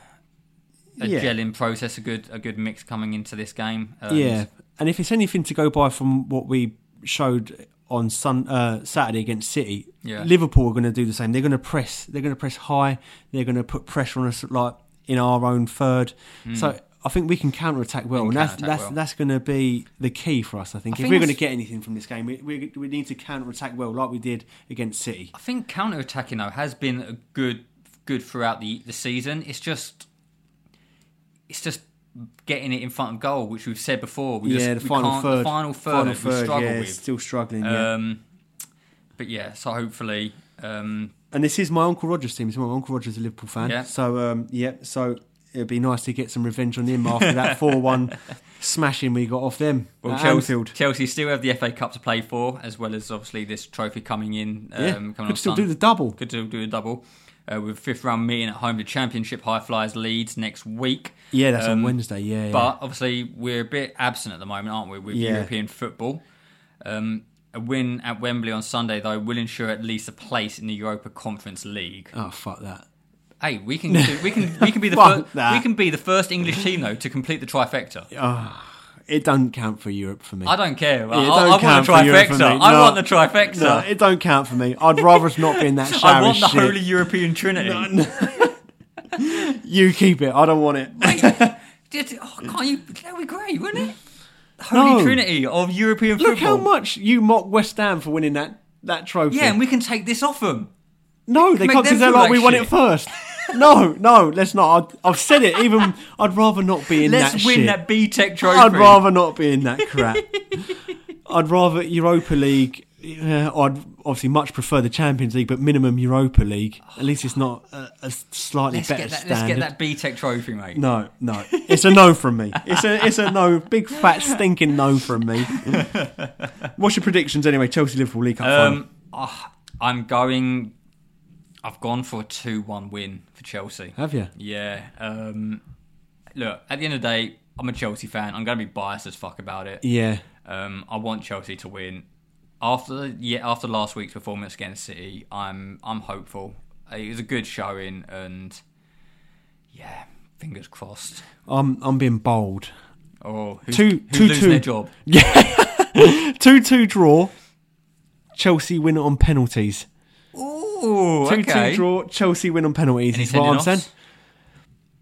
a Yeah. gelling process, a good a good mix coming into this game. Um, Yeah, and if it's anything to go by from what we showed on sun, uh, Saturday against City, Yeah. Liverpool are going to do the same. They're going to press. They're going to press high. They're going to put pressure on us like in our own third. So I think we can counter attack well, Hmm. We and can that's counterattack that's, well. that's going to be the key for us. I think if think we're going to that's- get anything from this game, we we, we need to counter attack well, like we did against City. I think counter attacking though has been a good good throughout the the season. It's just it's just getting it in front of goal, which we've said before. We yeah, the just, we final can't- third, the final third, Final we third, struggle yeah, with. still struggling. Yeah. Um, but yeah, so hopefully, um, and this is my uncle Roger's team. So my uncle Roger's a Liverpool fan. Yeah. So um, yeah, so it'd be nice to get some revenge on him after that four-one smashing we got off them well, at Chelsea, Anfield. Chelsea still have the FA Cup to play for, as well as obviously this trophy coming in. Um, yeah, coming on could still Sun- do the double. Could still do a double. Uh, with fifth round meeting at home to Championship High Flyers Leeds next week. Yeah, that's on Um, Wednesday. Yeah, yeah. But obviously, we're a bit absent at the moment, aren't we, with Yeah. European football? Um, a win at Wembley on Sunday, though, will ensure at least a place in the Europa Conference League. oh fuck that. Hey, we can do, we can we can be the Fuck first, that. we can be the first English team though to complete the trifecta. It don't count for Europe for me. I don't care. I, Yeah, it I- don't I want count the for Europe for trifecta. me. I No. want the trifecta. No, it don't count for me. I'd rather us not be in that shower. I want the shit. Holy European Trinity. You keep it. I don't want it. Just- oh, can't you? That would be great, wouldn't it? The Holy No. Trinity of European Look how football. much you mock West Ham for winning that that trophy. Yeah, and we can take this off them. No, they Make can't because them they're feel like, like we won it shit." first. No, no, let's not. I'd, I've said it. Even I'd rather not be in Let's that win shit. that B Tech trophy. I'd rather not be in that crap. I'd rather Europa League. Yeah, I'd obviously much prefer the Champions League, but minimum Europa League. At least it's not a, a slightly Let's better get that. standard. Let's get that B Tech trophy, mate. No, no, it's a no from me. It's a it's a no, big fat stinking no from me. What's your predictions anyway? Chelsea Liverpool League Cup final. Um, ah, I'm going. I've gone for a two-one win for Chelsea. Have you? Yeah. Um, look, at the end of the day, I'm a Chelsea fan. I'm going to be biased as fuck about it. Yeah, Um, I want Chelsea to win. After yeah, after last week's performance against City, I'm I'm hopeful. It was a good showing, and yeah, fingers crossed. I'm I'm being bold. Oh, who's, Two- who's two- losing two. their job? Two two draw. Chelsea win on penalties. Ooh, Two okay. two draw. Chelsea win on penalties. Any Is what I'm sending-offs? saying.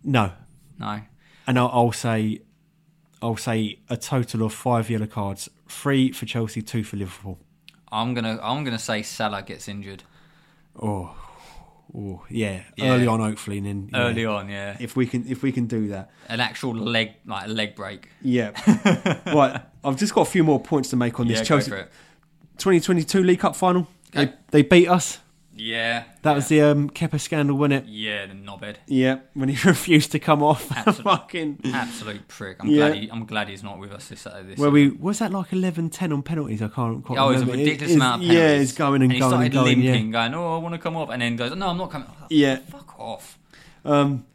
No, No. and I'll, I'll say, I'll say a total of five yellow cards: three for Chelsea, two for Liverpool. I'm gonna I'm gonna say Salah gets injured Oh, oh yeah, Yeah. Early on, hopefully, and then yeah. early on, yeah. If we can, if we can do that, An actual leg like a leg break. yeah. right, I've just got a few more points to make on this Yeah, go Chelsea for it. 2022 League Cup final. They, Okay. they beat us. Yeah. That was the um, Kepa scandal, wasn't it? Yeah, the knobhead. Yeah, when he refused to come off. Absolute- Fucking. Absolute prick. I'm Yeah. glad he, I'm glad he's not with us this Saturday. This Where we was that like 11-10 on penalties? I can't quite Oh, it was a remember. ridiculous It- amount of it's- penalties. Yeah, it's going and, he going started and going. limping, going, "Oh, I want to come off," and then goes, "No, I'm not coming." off." Yeah, yeah. Fuck off. Um,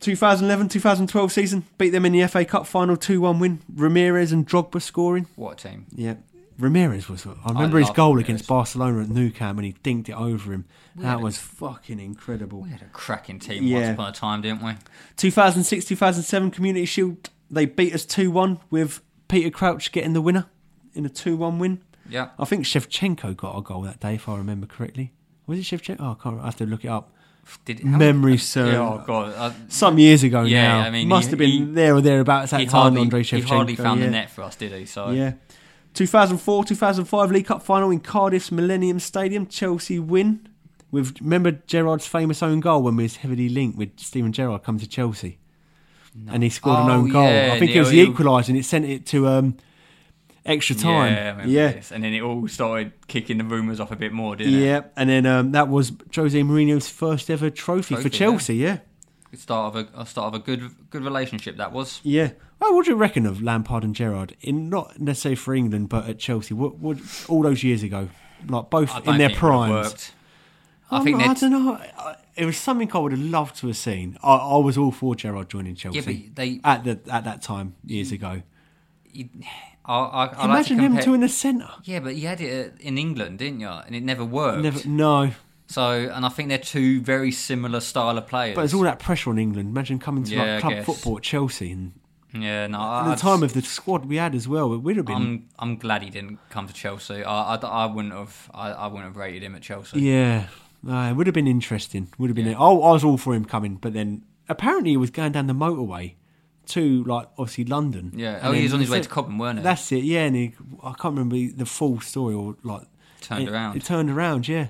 2011, 2012 season beat them in the FA Cup final, two-one win. Ramirez and Drogba scoring. What a team? Yeah. Ramirez was. I remember his love goal Ramirez. against Barcelona at Nou Camp when he dinked it over him. That a- was fucking incredible. We had a cracking team Yeah. once upon a time, didn't we? 2006, 2007 Community Shield. They beat us 2 1 with Peter Crouch getting the winner in a 2 1 win. Yeah. I think Shevchenko got a goal that day, if I remember correctly. Was it Shevchenko? Oh, I can't. I have to look it up. Did how- Memory serves. Yeah, oh god. I- Some years ago Yeah, now. I mean, must he- have been he- there or thereabouts at he that time. hardly, Andre he Shevchenko. hardly found yeah. the net for us, did he? So Yeah. 2004, 2005 League Cup final in Cardiff's Millennium Stadium. Chelsea win. With remember Gerard's famous own goal when we was heavily linked with Steven Gerrard come to Chelsea, and he scored an Oh, own goal. yeah, I think and it was he- the equaliser, and it sent it to um, extra time. Yeah, I remember yeah, this. And then it all started kicking the rumours off a bit more, didn't it? yeah. And then um, that was Jose Mourinho's first ever trophy, for Trophy, yeah. Chelsea. Yeah, Good Start of a, a start of a good good relationship that was. yeah. Well, what do you reckon of Lampard and Gerrard in not necessarily for England, but at Chelsea? What, what all those years ago, like both I don't in their think it would've primes? worked. I think I that's don't know. I- It was something I would have loved to have seen. I, I was all for Gerard joining Chelsea but they- at the at that time years ago. you- I, I, I like to Imagine him compare- two in the centre. Yeah, but you had it in England, didn't you? And it never worked. Never, no, So, and I think they're two very similar style of players. but there's all that pressure on England. Imagine coming to Yeah, I like club guess. football at Chelsea and yeah, no. at I, the I'd- time of the squad we had as well. It would have been I'm I'm glad he didn't come to Chelsea. I, I, I wouldn't have I, I wouldn't have rated him at Chelsea. Yeah, uh, it would have been interesting. Would have been. I, I was all for him coming, but then apparently he was going down the motorway to like obviously London. Yeah. And Oh, he then was on his way said- to Cobham, weren't he? That's it. Yeah, and he, I can't remember the full story or like Turned it- around. It turned around. Yeah.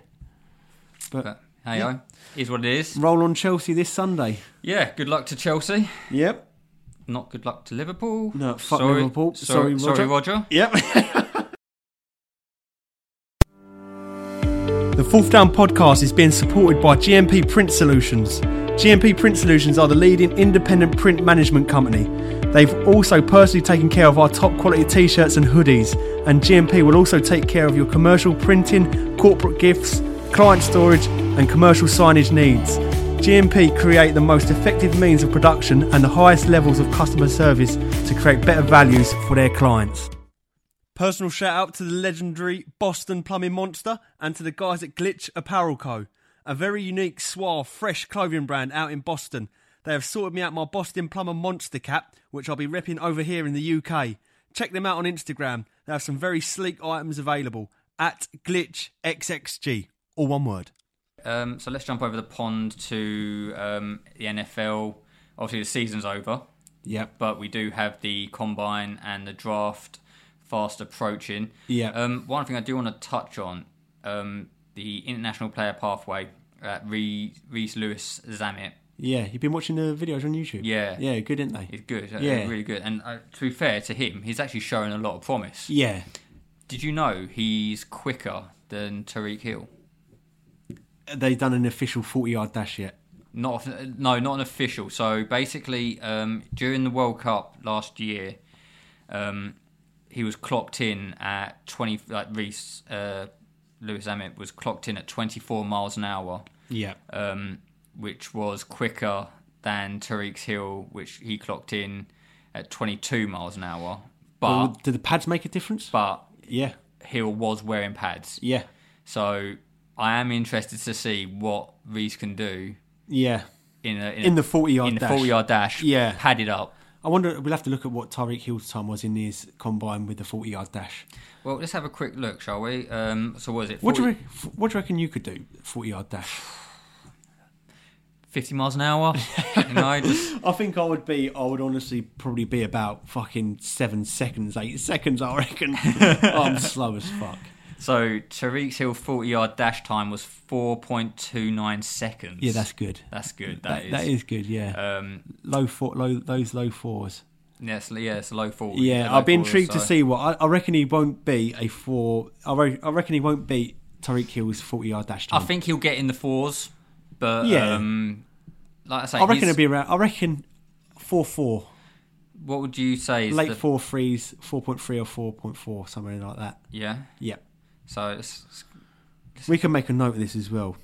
But, But hey, oh, is what it is. roll on Chelsea this Sunday. Yeah. Good luck to Chelsea. Yep. Not good luck to Liverpool. No, fuck Liverpool. Sorry, sorry, Roger. Yep. the Fourth Down podcast is being supported by GMP Print Solutions. GMP Print Solutions are the leading independent print management company. They've also personally taken care of our top quality t shirts and hoodies, and GMP will also take care of your commercial printing, corporate gifts, client storage, and commercial signage needs. GMP create the most effective means of production and the highest levels of customer service to create better values for their clients. Personal shout out to the legendary Boston Plumbing Monster and to the guys at Glitch Apparel Co. A very unique, suave, fresh clothing brand out in Boston. They have sorted me out my Boston Plumber Monster cap, which I'll be repping over here in the UK. Check them out on Instagram. They have some very sleek items available at GlitchXXG. All one word. Um, so let's jump over the pond to um, the NFL. Obviously, the season's over, Yep. but we do have the combine and the draft fast approaching. Yeah. Um, one thing I do want to touch on um, the international player pathway at Reese Lewis Zammit Yeah, you've been watching the videos on YouTube. Yeah. Yeah, good, didn't they? is good. uh, Yeah. Really good. And uh, to be fair to him, he's actually showing a lot of promise. Yeah. Did you know he's quicker than Tariq Hill? They've done an official 40 yard dash yet. Not of- no, not an official. So basically, um, during the World Cup last year, um, he was clocked in at twenty. Like Reese uh, Lewis Emmett was clocked in at twenty four miles an hour, Yeah. um, which was quicker than Tariq's Hill, which he clocked in at twenty two miles an hour. But Did the pads make a difference? but yeah. Hill was wearing pads, Yeah. so I am interested to see what Reese can do Yeah. in a, In a- the 40-yard in the dash. forty yard dash. Yeah. padded up. I wonder. We'll have to look at what Tyreek Hill's time was in his combine with the forty-yard dash. Well, let's have a quick look, shall we? Um, so what is it? What do you 40 re- What do you reckon you could do? Forty-yard dash. Fifty miles an hour. you know, just, I think I would be. I would honestly probably be about fucking seven seconds, eight seconds. I reckon. I'm slow as fuck. so Tariq's Hill forty yard dash time was four point two nine seconds. Yeah, that's good. that's good. That, that is good. Yeah. Um, low four. Low those low fours. yes, yeah, it's a low forty. Yeah, low I'll be forty, intrigued to so- see what. I, I reckon he won't be a four. I, re- I reckon he won't beat Tariq Hill's forty-yard dash I time. think he'll get in the fours, but Yeah. um, like I say, I reckon he's- it'll be around. I reckon four-four. What would you say? Is late the, four threes, four point three or four point four, somewhere like that. Yeah. Yep. So it's, it's- We can make a note of this as well.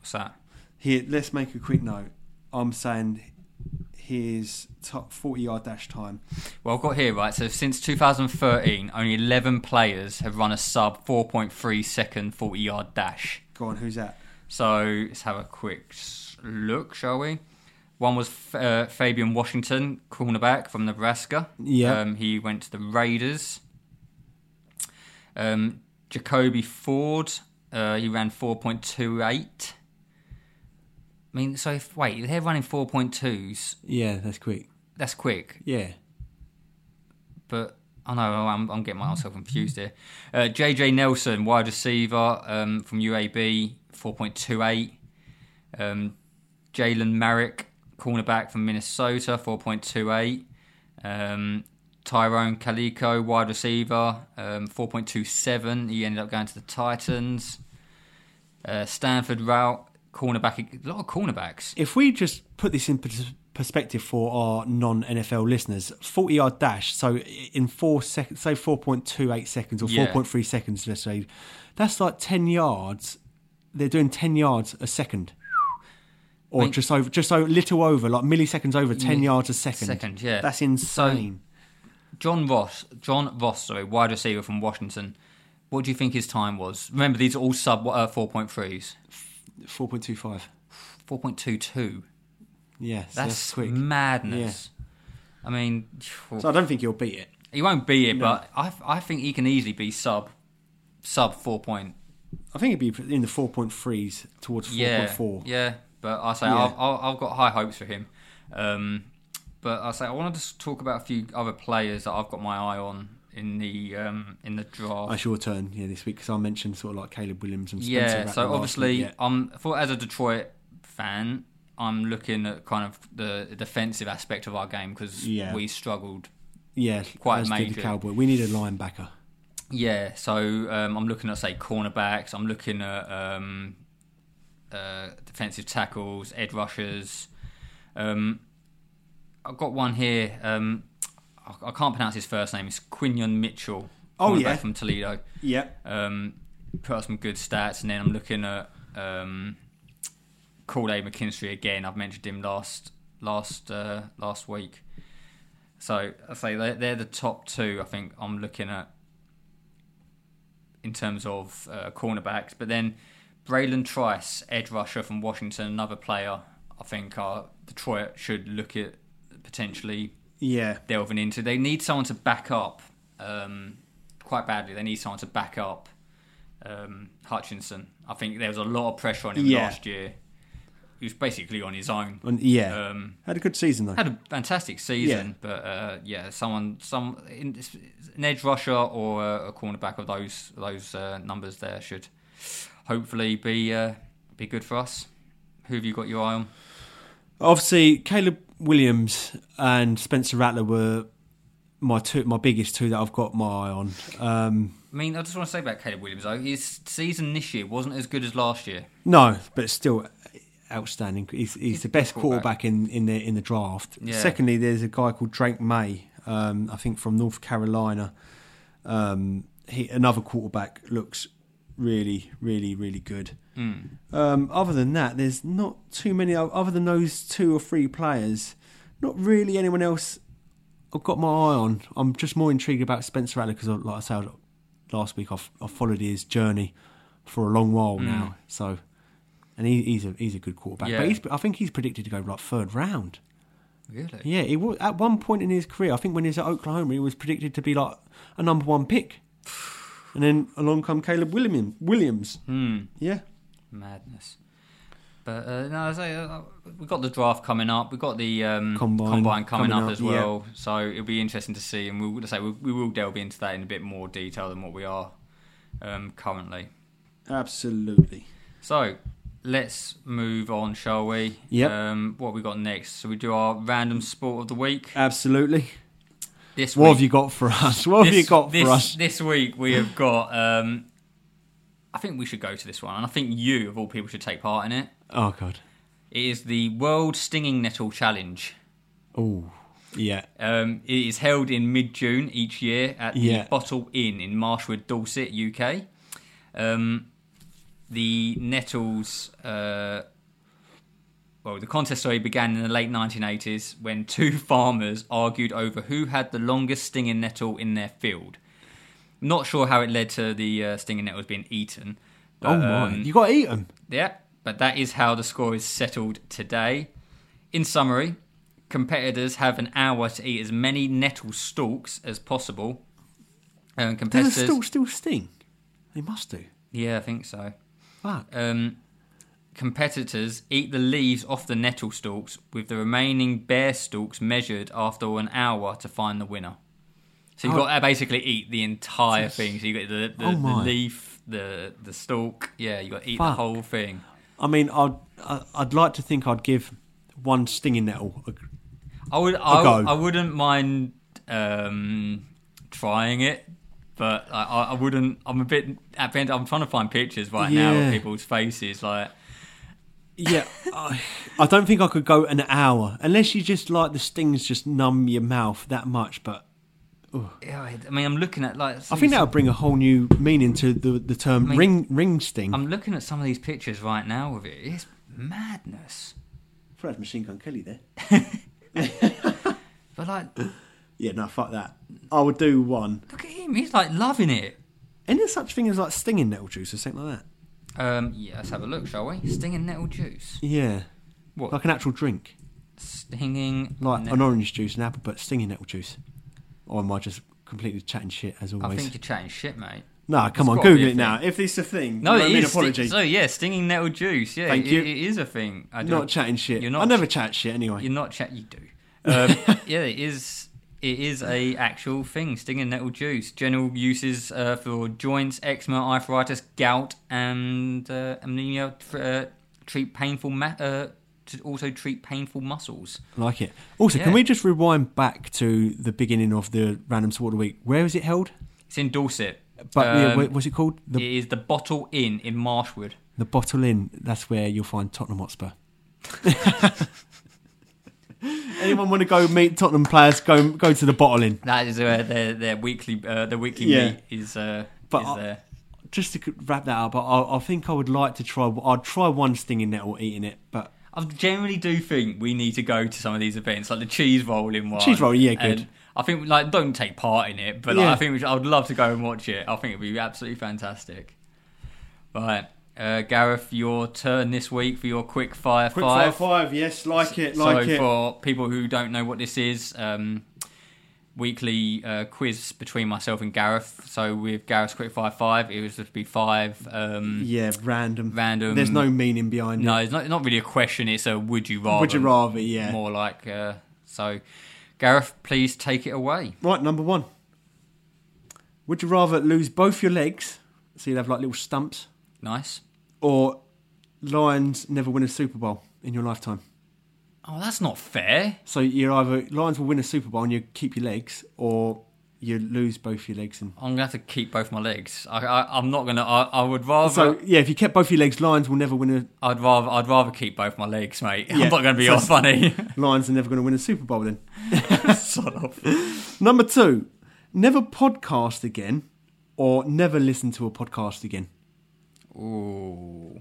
what's that? Here, let's make a quick note. I'm saying his top forty yard dash time. Well, I've got here right. So since 2013, only 11 players have run a sub 4.3 second 40 yard dash. Go on, who's that? So let's have a quick s- look, shall we? One was F- uh, Fabian Washington, cornerback from Nebraska. Yeah. Um, he went to the Raiders. Um, Jacoby Ford, uh, he ran 4.28. I mean, so if, wait, they're running 4.2s. Yeah, that's quick. That's quick. Yeah. but I know I'm, I'm getting myself confused here. Uh, JJ Nelson, wide receiver um, from UAB, 4.28. Um, Jalen Merrick, cornerback from Minnesota, 4.28. Um, Tyrone Calico, wide receiver, um, 4.27. He ended up going to the Titans. Uh, Stanford Route, cornerback, a lot of cornerbacks. If we just put this in pers- perspective for our non NFL listeners, forty yard dash. So in four seconds, say four point two eight seconds or Yeah. four point three seconds, let's say, that's like ten yards they're doing 10 yards a second. Or Mate. just over, just so little over, like milliseconds over, 10 yards a second. Second, yeah. That's So- insane. John Ross, John Ross, sorry, wide receiver from Washington. What do you think his time was? Remember, these are all sub uh, 4.3s. 4.25. 4.22. Yes, that's, That's, quick. madness. I mean, phew, So I don't think he'll beat it. he won't be it, but I, I think he can easily be sub sub 4. Point, I think it'd be in the 4.3s towards 4.4. yeah, yeah. But I say Yeah. I've, I've I've got high hopes for him. Um, but I say I want to just talk about a few other players that I've got my eye on in the um, in the draft. That's Oh, your turn, yeah, this week because I mentioned sort of like Caleb Williams and Spencer. Yeah, Rattler so last obviously, week, yeah. I'm for as a Detroit fan, I'm looking at kind of the defensive aspect of our game because Yeah. we struggled. yeah, quite as did major. the Cowboy. We need a linebacker. Yeah, so um, I'm looking at say cornerbacks. I'm looking at um, uh, defensive tackles, edge rushers. Um, I've got one here. Um, I, I can't pronounce his first name. It's Quinion Mitchell. Oh, cornerback yeah. from Toledo. Yeah, um, put up some good stats, and then I'm looking at um, Corday McKinstry again. I've mentioned him last last uh, last week, so I say they're, they're the top two. I think I'm looking at in terms of uh, cornerbacks, but then Braylon Trice, edge rusher from Washington, another player. I think uh, Detroit should look at potentially yeah. delving into. They need someone to back up um, quite badly. They need someone to back up um, Hutchinson. I think there was a lot of pressure on him Yeah. last year. He was basically on his own. And yeah, Um, had a good season though. had a fantastic season, Yeah. but uh, yeah, someone, some in, an edge rusher or a, a cornerback of those those uh, numbers there should hopefully be uh, be good for us. Who have you got your eye on? Obviously, Caleb Williams and Spencer Rattler were my two, my biggest two that I've got my eye on. Um, I mean, I just want to say about Caleb Williams though, his season this year wasn't as good as last year. no, but still outstanding. He's, he's, the best quarterback. quarterback, in, in the in the draft. Yeah. Secondly, there's a guy called Drake May, um, I think from North Carolina. Um, he, another quarterback looks really, really, really good. Um, other than that, there's not too many o- other than those two or three players. Not really anyone else I've got my eye on. I'm just more intrigued about Spencer Rattler because, like I said last week, I've, I've followed his journey for a long while now. So, and he, he's a he's a good quarterback. Mm. Yeah. But he's, I think he's predicted to go like third round. Really? Yeah, he was at one point in his career. I think when he was at Oklahoma, he was predicted to be like a number one pick. And then along come Caleb William, Williams. Hmm. Yeah. Madness. But uh, no, I say, uh, we've got the draft coming up. We've got the um, Combine combine, coming, coming up, up, as well. So it'll be interesting to see, and we'll say we, we will delve into that in a bit more detail than what we are um, currently. Absolutely. So let's move on, shall we? Yep. Um, what have we got next? So we do our random sport of the week. Absolutely. This What week, have you got for us? What have you got this, for us? This week we have got. Um, I think we should go to this one, and I think you, of all people, should take part in it. Oh, God. It is the World Stinging Nettle Challenge. Oh, yeah. Um, it is held in mid June each year at the Yeah. Bottle Inn in Marshwood, Dorset, UK. Um, the nettles, uh, well, the contest story began in the late 1980s when two farmers argued over who had the longest stinging nettle in their field. Not sure how it led to the uh, stinging nettles being eaten. But, oh, my. um, you got to eat them. yeah, but that is how the score is settled today. In summary, competitors have an hour to eat as many nettle stalks as possible. Um, Do they competitors, still, still sting? They must do. yeah, I think so. Fuck. Um, competitors eat the leaves off the nettle stalks, with the remaining bare stalks measured after an hour to find the winner. So you've Oh. got to basically eat the entire thing. So you got the, the, Oh the my. leaf, the the stalk. Yeah, you got to eat the Fuck. whole thing. I mean, I'd, I- I'd like to think I'd give one stinging nettle. a- I would. I, w- go. I wouldn't mind um, trying it, but I, I, I wouldn't. I'm a bit apprehensive. I'm trying to find pictures right now Yeah. of people's faces. Like, Yeah, I, I don't think I could go an hour unless you just like the stings just numb your mouth that much. But ugh. Yeah, I I mean, I'm looking at like. I think that would bring a whole new meaning to the the term mean- ring ring sting. I'm looking at some of these pictures right now with it. It's madness. Thought that's Machine Gun Kelly there. But like, Yeah, no, fuck that. I would do one. look at him. He's like loving it. Any such thing as like stinging nettle juice or something like that? Um, yeah, let's have a look, shall we? Stinging nettle juice. Yeah. What? Like an actual drink. Stinging. Like nettle- an orange juice, an apple, but stinging nettle juice. Or am I just completely chatting shit as I always? think you're chatting shit, mate. Nah, come on, gotta be Google a it now. If it's a thing, No, I it mean, is. apology. sti- so yeah, stinging nettle juice. Yeah, Thank it- you. it is a thing. I do. not chatting shit. You're not I never chat shit anyway. You're not chat. You do. Um, yeah, it is. It is a actual thing. Stinging nettle juice. General uses uh, for joints, eczema, arthritis, gout, and uh, anemia. tr- Uh, treat painful. Ma- uh, to also treat painful muscles. like it. Also, can Yeah. we just rewind back to the beginning of the Random Sport of the Week? Where is it held? It's in Dorset. But yeah, Um, wha- what's it called? The, it is the Bottle Inn in Marshwood. the Bottle Inn. That's where you'll find Tottenham Hotspur. Anyone want to go meet Tottenham players? Go go to the Bottle Inn. That is where their their weekly uh, their weekly Yeah. meet is. Uh, But is I- there. Just to wrap that up, I, I think I would like to try. I'd try one stinging nettle eating it, but I generally do think we need to go to some of these events, like the cheese rolling one. Cheese roll, yeah, good. And I think like don't take part in it, but like, Yeah. I think we should, I would love to go and watch it. I think it'd be absolutely fantastic. Right, uh, Gareth, your turn this week for your quick fire five. five, yes, like it, so for people who don't know what this is, um, weekly uh, quiz between myself and Gareth. So with Gareth's quick fire five, it was to be five. Um, yeah, random, Random. There's no meaning behind No, it's not, not really a question. It's a would you it. rather. Would you rather? Yeah. More like uh, so. Gareth, please take it away. Right, number one. Would you rather lose both your legs, so you'd have like little stumps, Nice. or Lions never win a Super Bowl in your lifetime? Oh, that's not fair. So you're either Lions will win a Super Bowl and you keep your legs, or you lose both your legs. And I'm gonna have to keep both my legs. I, I, I'm not gonna. I, I would rather. so yeah, if you kept both your legs, Lions will never win I'd rather. I'd rather keep both my legs, mate. Yeah. I'm not gonna be So- all funny. a Lions are never going to win a Super Bowl. Then sort of. number two, never podcast again, or never listen to a podcast again. Ooh.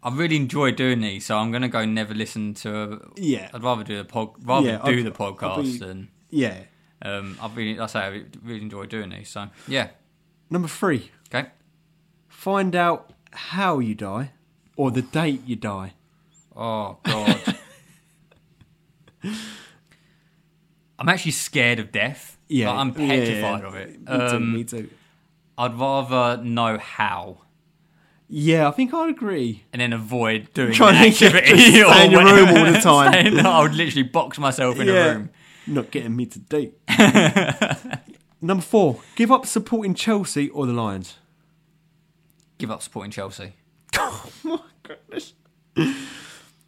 I really enjoy doing these, so I'm gonna go never listen to. A, Yeah. I'd rather do the pod. Rather Yeah, do I'd- the podcast I'd be- than. Yeah. Um, I've really, I say I really enjoy doing these. So yeah, Number three, okay. find out how you die, or the date you die. Oh god, I'm actually scared of death. Yeah, Like, I'm yeah, yeah, petrified yeah. of it. Me too, Um, me too. I'd rather know how Yeah, I think I'd agree. and then avoid doing Trying the to get- activity just or stay in your room all the whatever. time. Staying- I would literally box myself in a room. Not getting me to date. Number four, give up supporting Chelsea or the Lions. Give up supporting Chelsea. oh my goodness.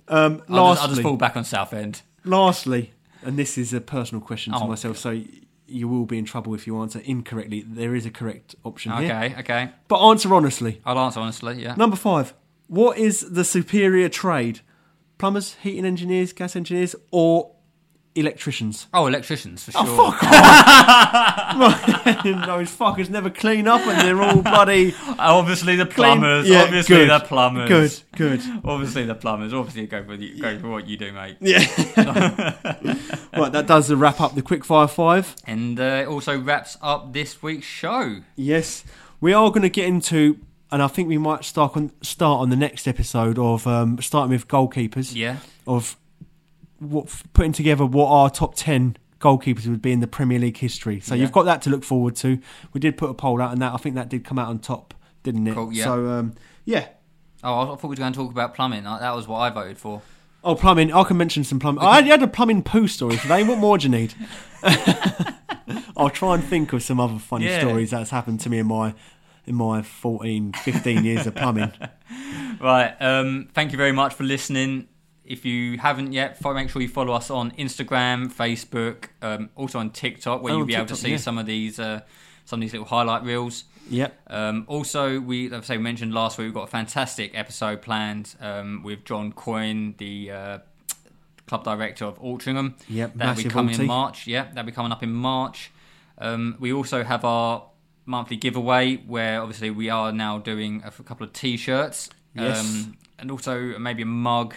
Um, lastly, I'll just, I'll just fall back on Southend. lastly, and this is a personal question to Oh, myself, so you will be in trouble if you answer incorrectly. There is a correct option Okay, here, okay. but answer honestly. I'll answer honestly. Yeah. Number five, what is the superior trade? Plumbers, heating engineers, gas engineers, or electricians? Oh, electricians for sure. Fuck off! Those fuckers never clean up and they're all bloody clean. Obviously the plumbers. Yeah, obviously good, the plumbers. Good, good. Obviously the plumbers. Obviously go for the, go for what you do, mate. Right, that does the wrap up the quickfire five. And uh, it also wraps up this week's show. Yes, we are going to get into, and I think we might start on start on the next episode of um, starting with goalkeepers. Yeah. Of what putting together what our top ten goalkeepers would be in the Premier League history. So Yeah. you've got that to look forward to. We did put a poll out, and that I think that did come out on top, didn't it? Cool, yeah. So um, yeah. Oh, I thought we were going to talk about plumbing. Uh, That was what I voted for. Oh, plumbing. I can mention some plumbing. I had a plumbing poo story today. What more do you need? I'll try and think of some other funny Yeah. stories that's happened to me in my in my 14, 15 years of plumbing. Right. Um, thank you very much for listening. If you haven't yet, fo- make sure you follow us on Instagram, Facebook, um, also on TikTok, where Oh, you'll on be able to TikTok, see yeah. some of these uh, some of these little highlight reels. Yep. Um, also, we like I say, we mentioned last week, we've got a fantastic episode planned um, with John Coyne, the uh, club director of Altrincham. Yep, that'll be massive coming Altie. in March. Yeah, that'll be coming up in March. Um, we also have our monthly giveaway where obviously we are now doing a f- couple of t-shirts. Yes. Um, and also maybe a mug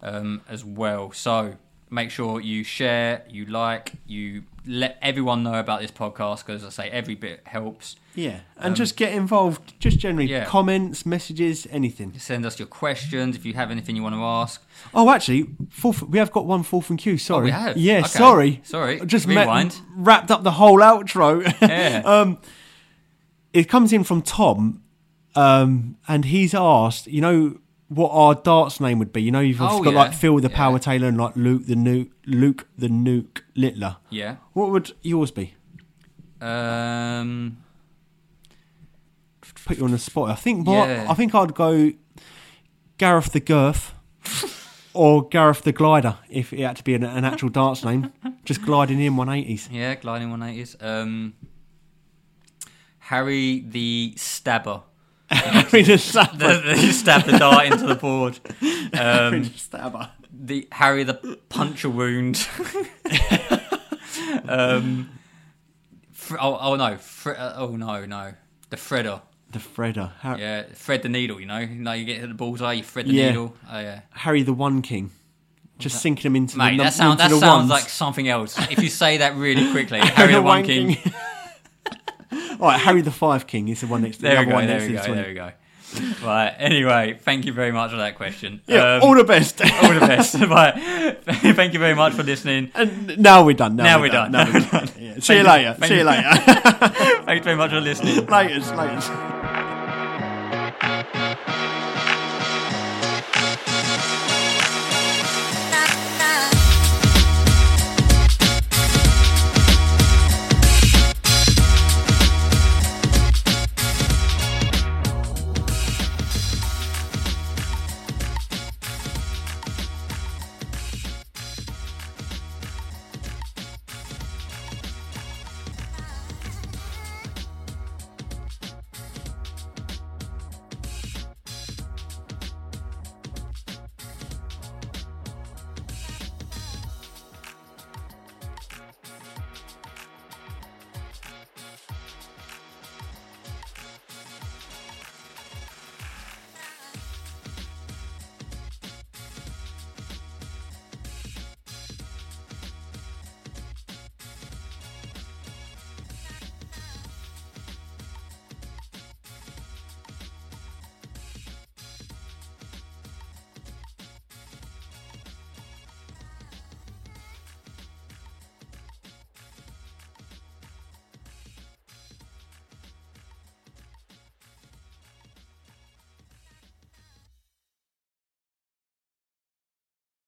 um, as well. So make sure you share, you like, you let everyone know about this podcast because I say every bit helps. Yeah, and just get involved. Just generally Um, yeah. comments, messages, anything. Send us your questions if you have anything you want to ask. Oh, actually, fourth, we have got one fourth and queue. Sorry, Oh, we have? Yeah, Okay. sorry, Sorry. Just Rewind. wrapped up the whole outro. Yeah. um, it comes in from Tom, um, and he's asked, you know, what our darts name would be. You know, you've Oh, got yeah. like Phil the Yeah. Power Taylor and like Luke the Nuke, Luke the Nuke Littler. Yeah. What would yours be? Um, Put you on the spot. I think. What, Yeah. I think I'd go Gareth the Girth. Or Gareth the Glider, if it had to be an, an actual darts name, just gliding in 180s. yeah, gliding 180s. Um, Harry the Stabber. We just sat The, the, he stabbed the dart into the board. Um, stabber. the Harry the puncher wound. um, fr- oh, oh no, fr- uh, oh no, no, the Fredder. The Fredder. Har- Yeah, thread the needle. You know, you know, you get hit the bullseye, you thread the Yeah. needle. Oh yeah, Harry the One King. Just sinking him into mate, the, num- that sounds into that the sounds ones. like something else. If you say that really quickly, Harry the One King. All right, Harry the Five King is the one next to the There we other go. one There next we to this go. one. There we go. Right. Anyway, thank you very much for that question. Yeah, Um, all the best. all the best. right. Thank you very much for listening. and now we're done. Now, oh. Now we're, we're done. done. Now we're done. Yeah. See you later. Thank See you you. later. Thanks very much for listening. Laters. Laters.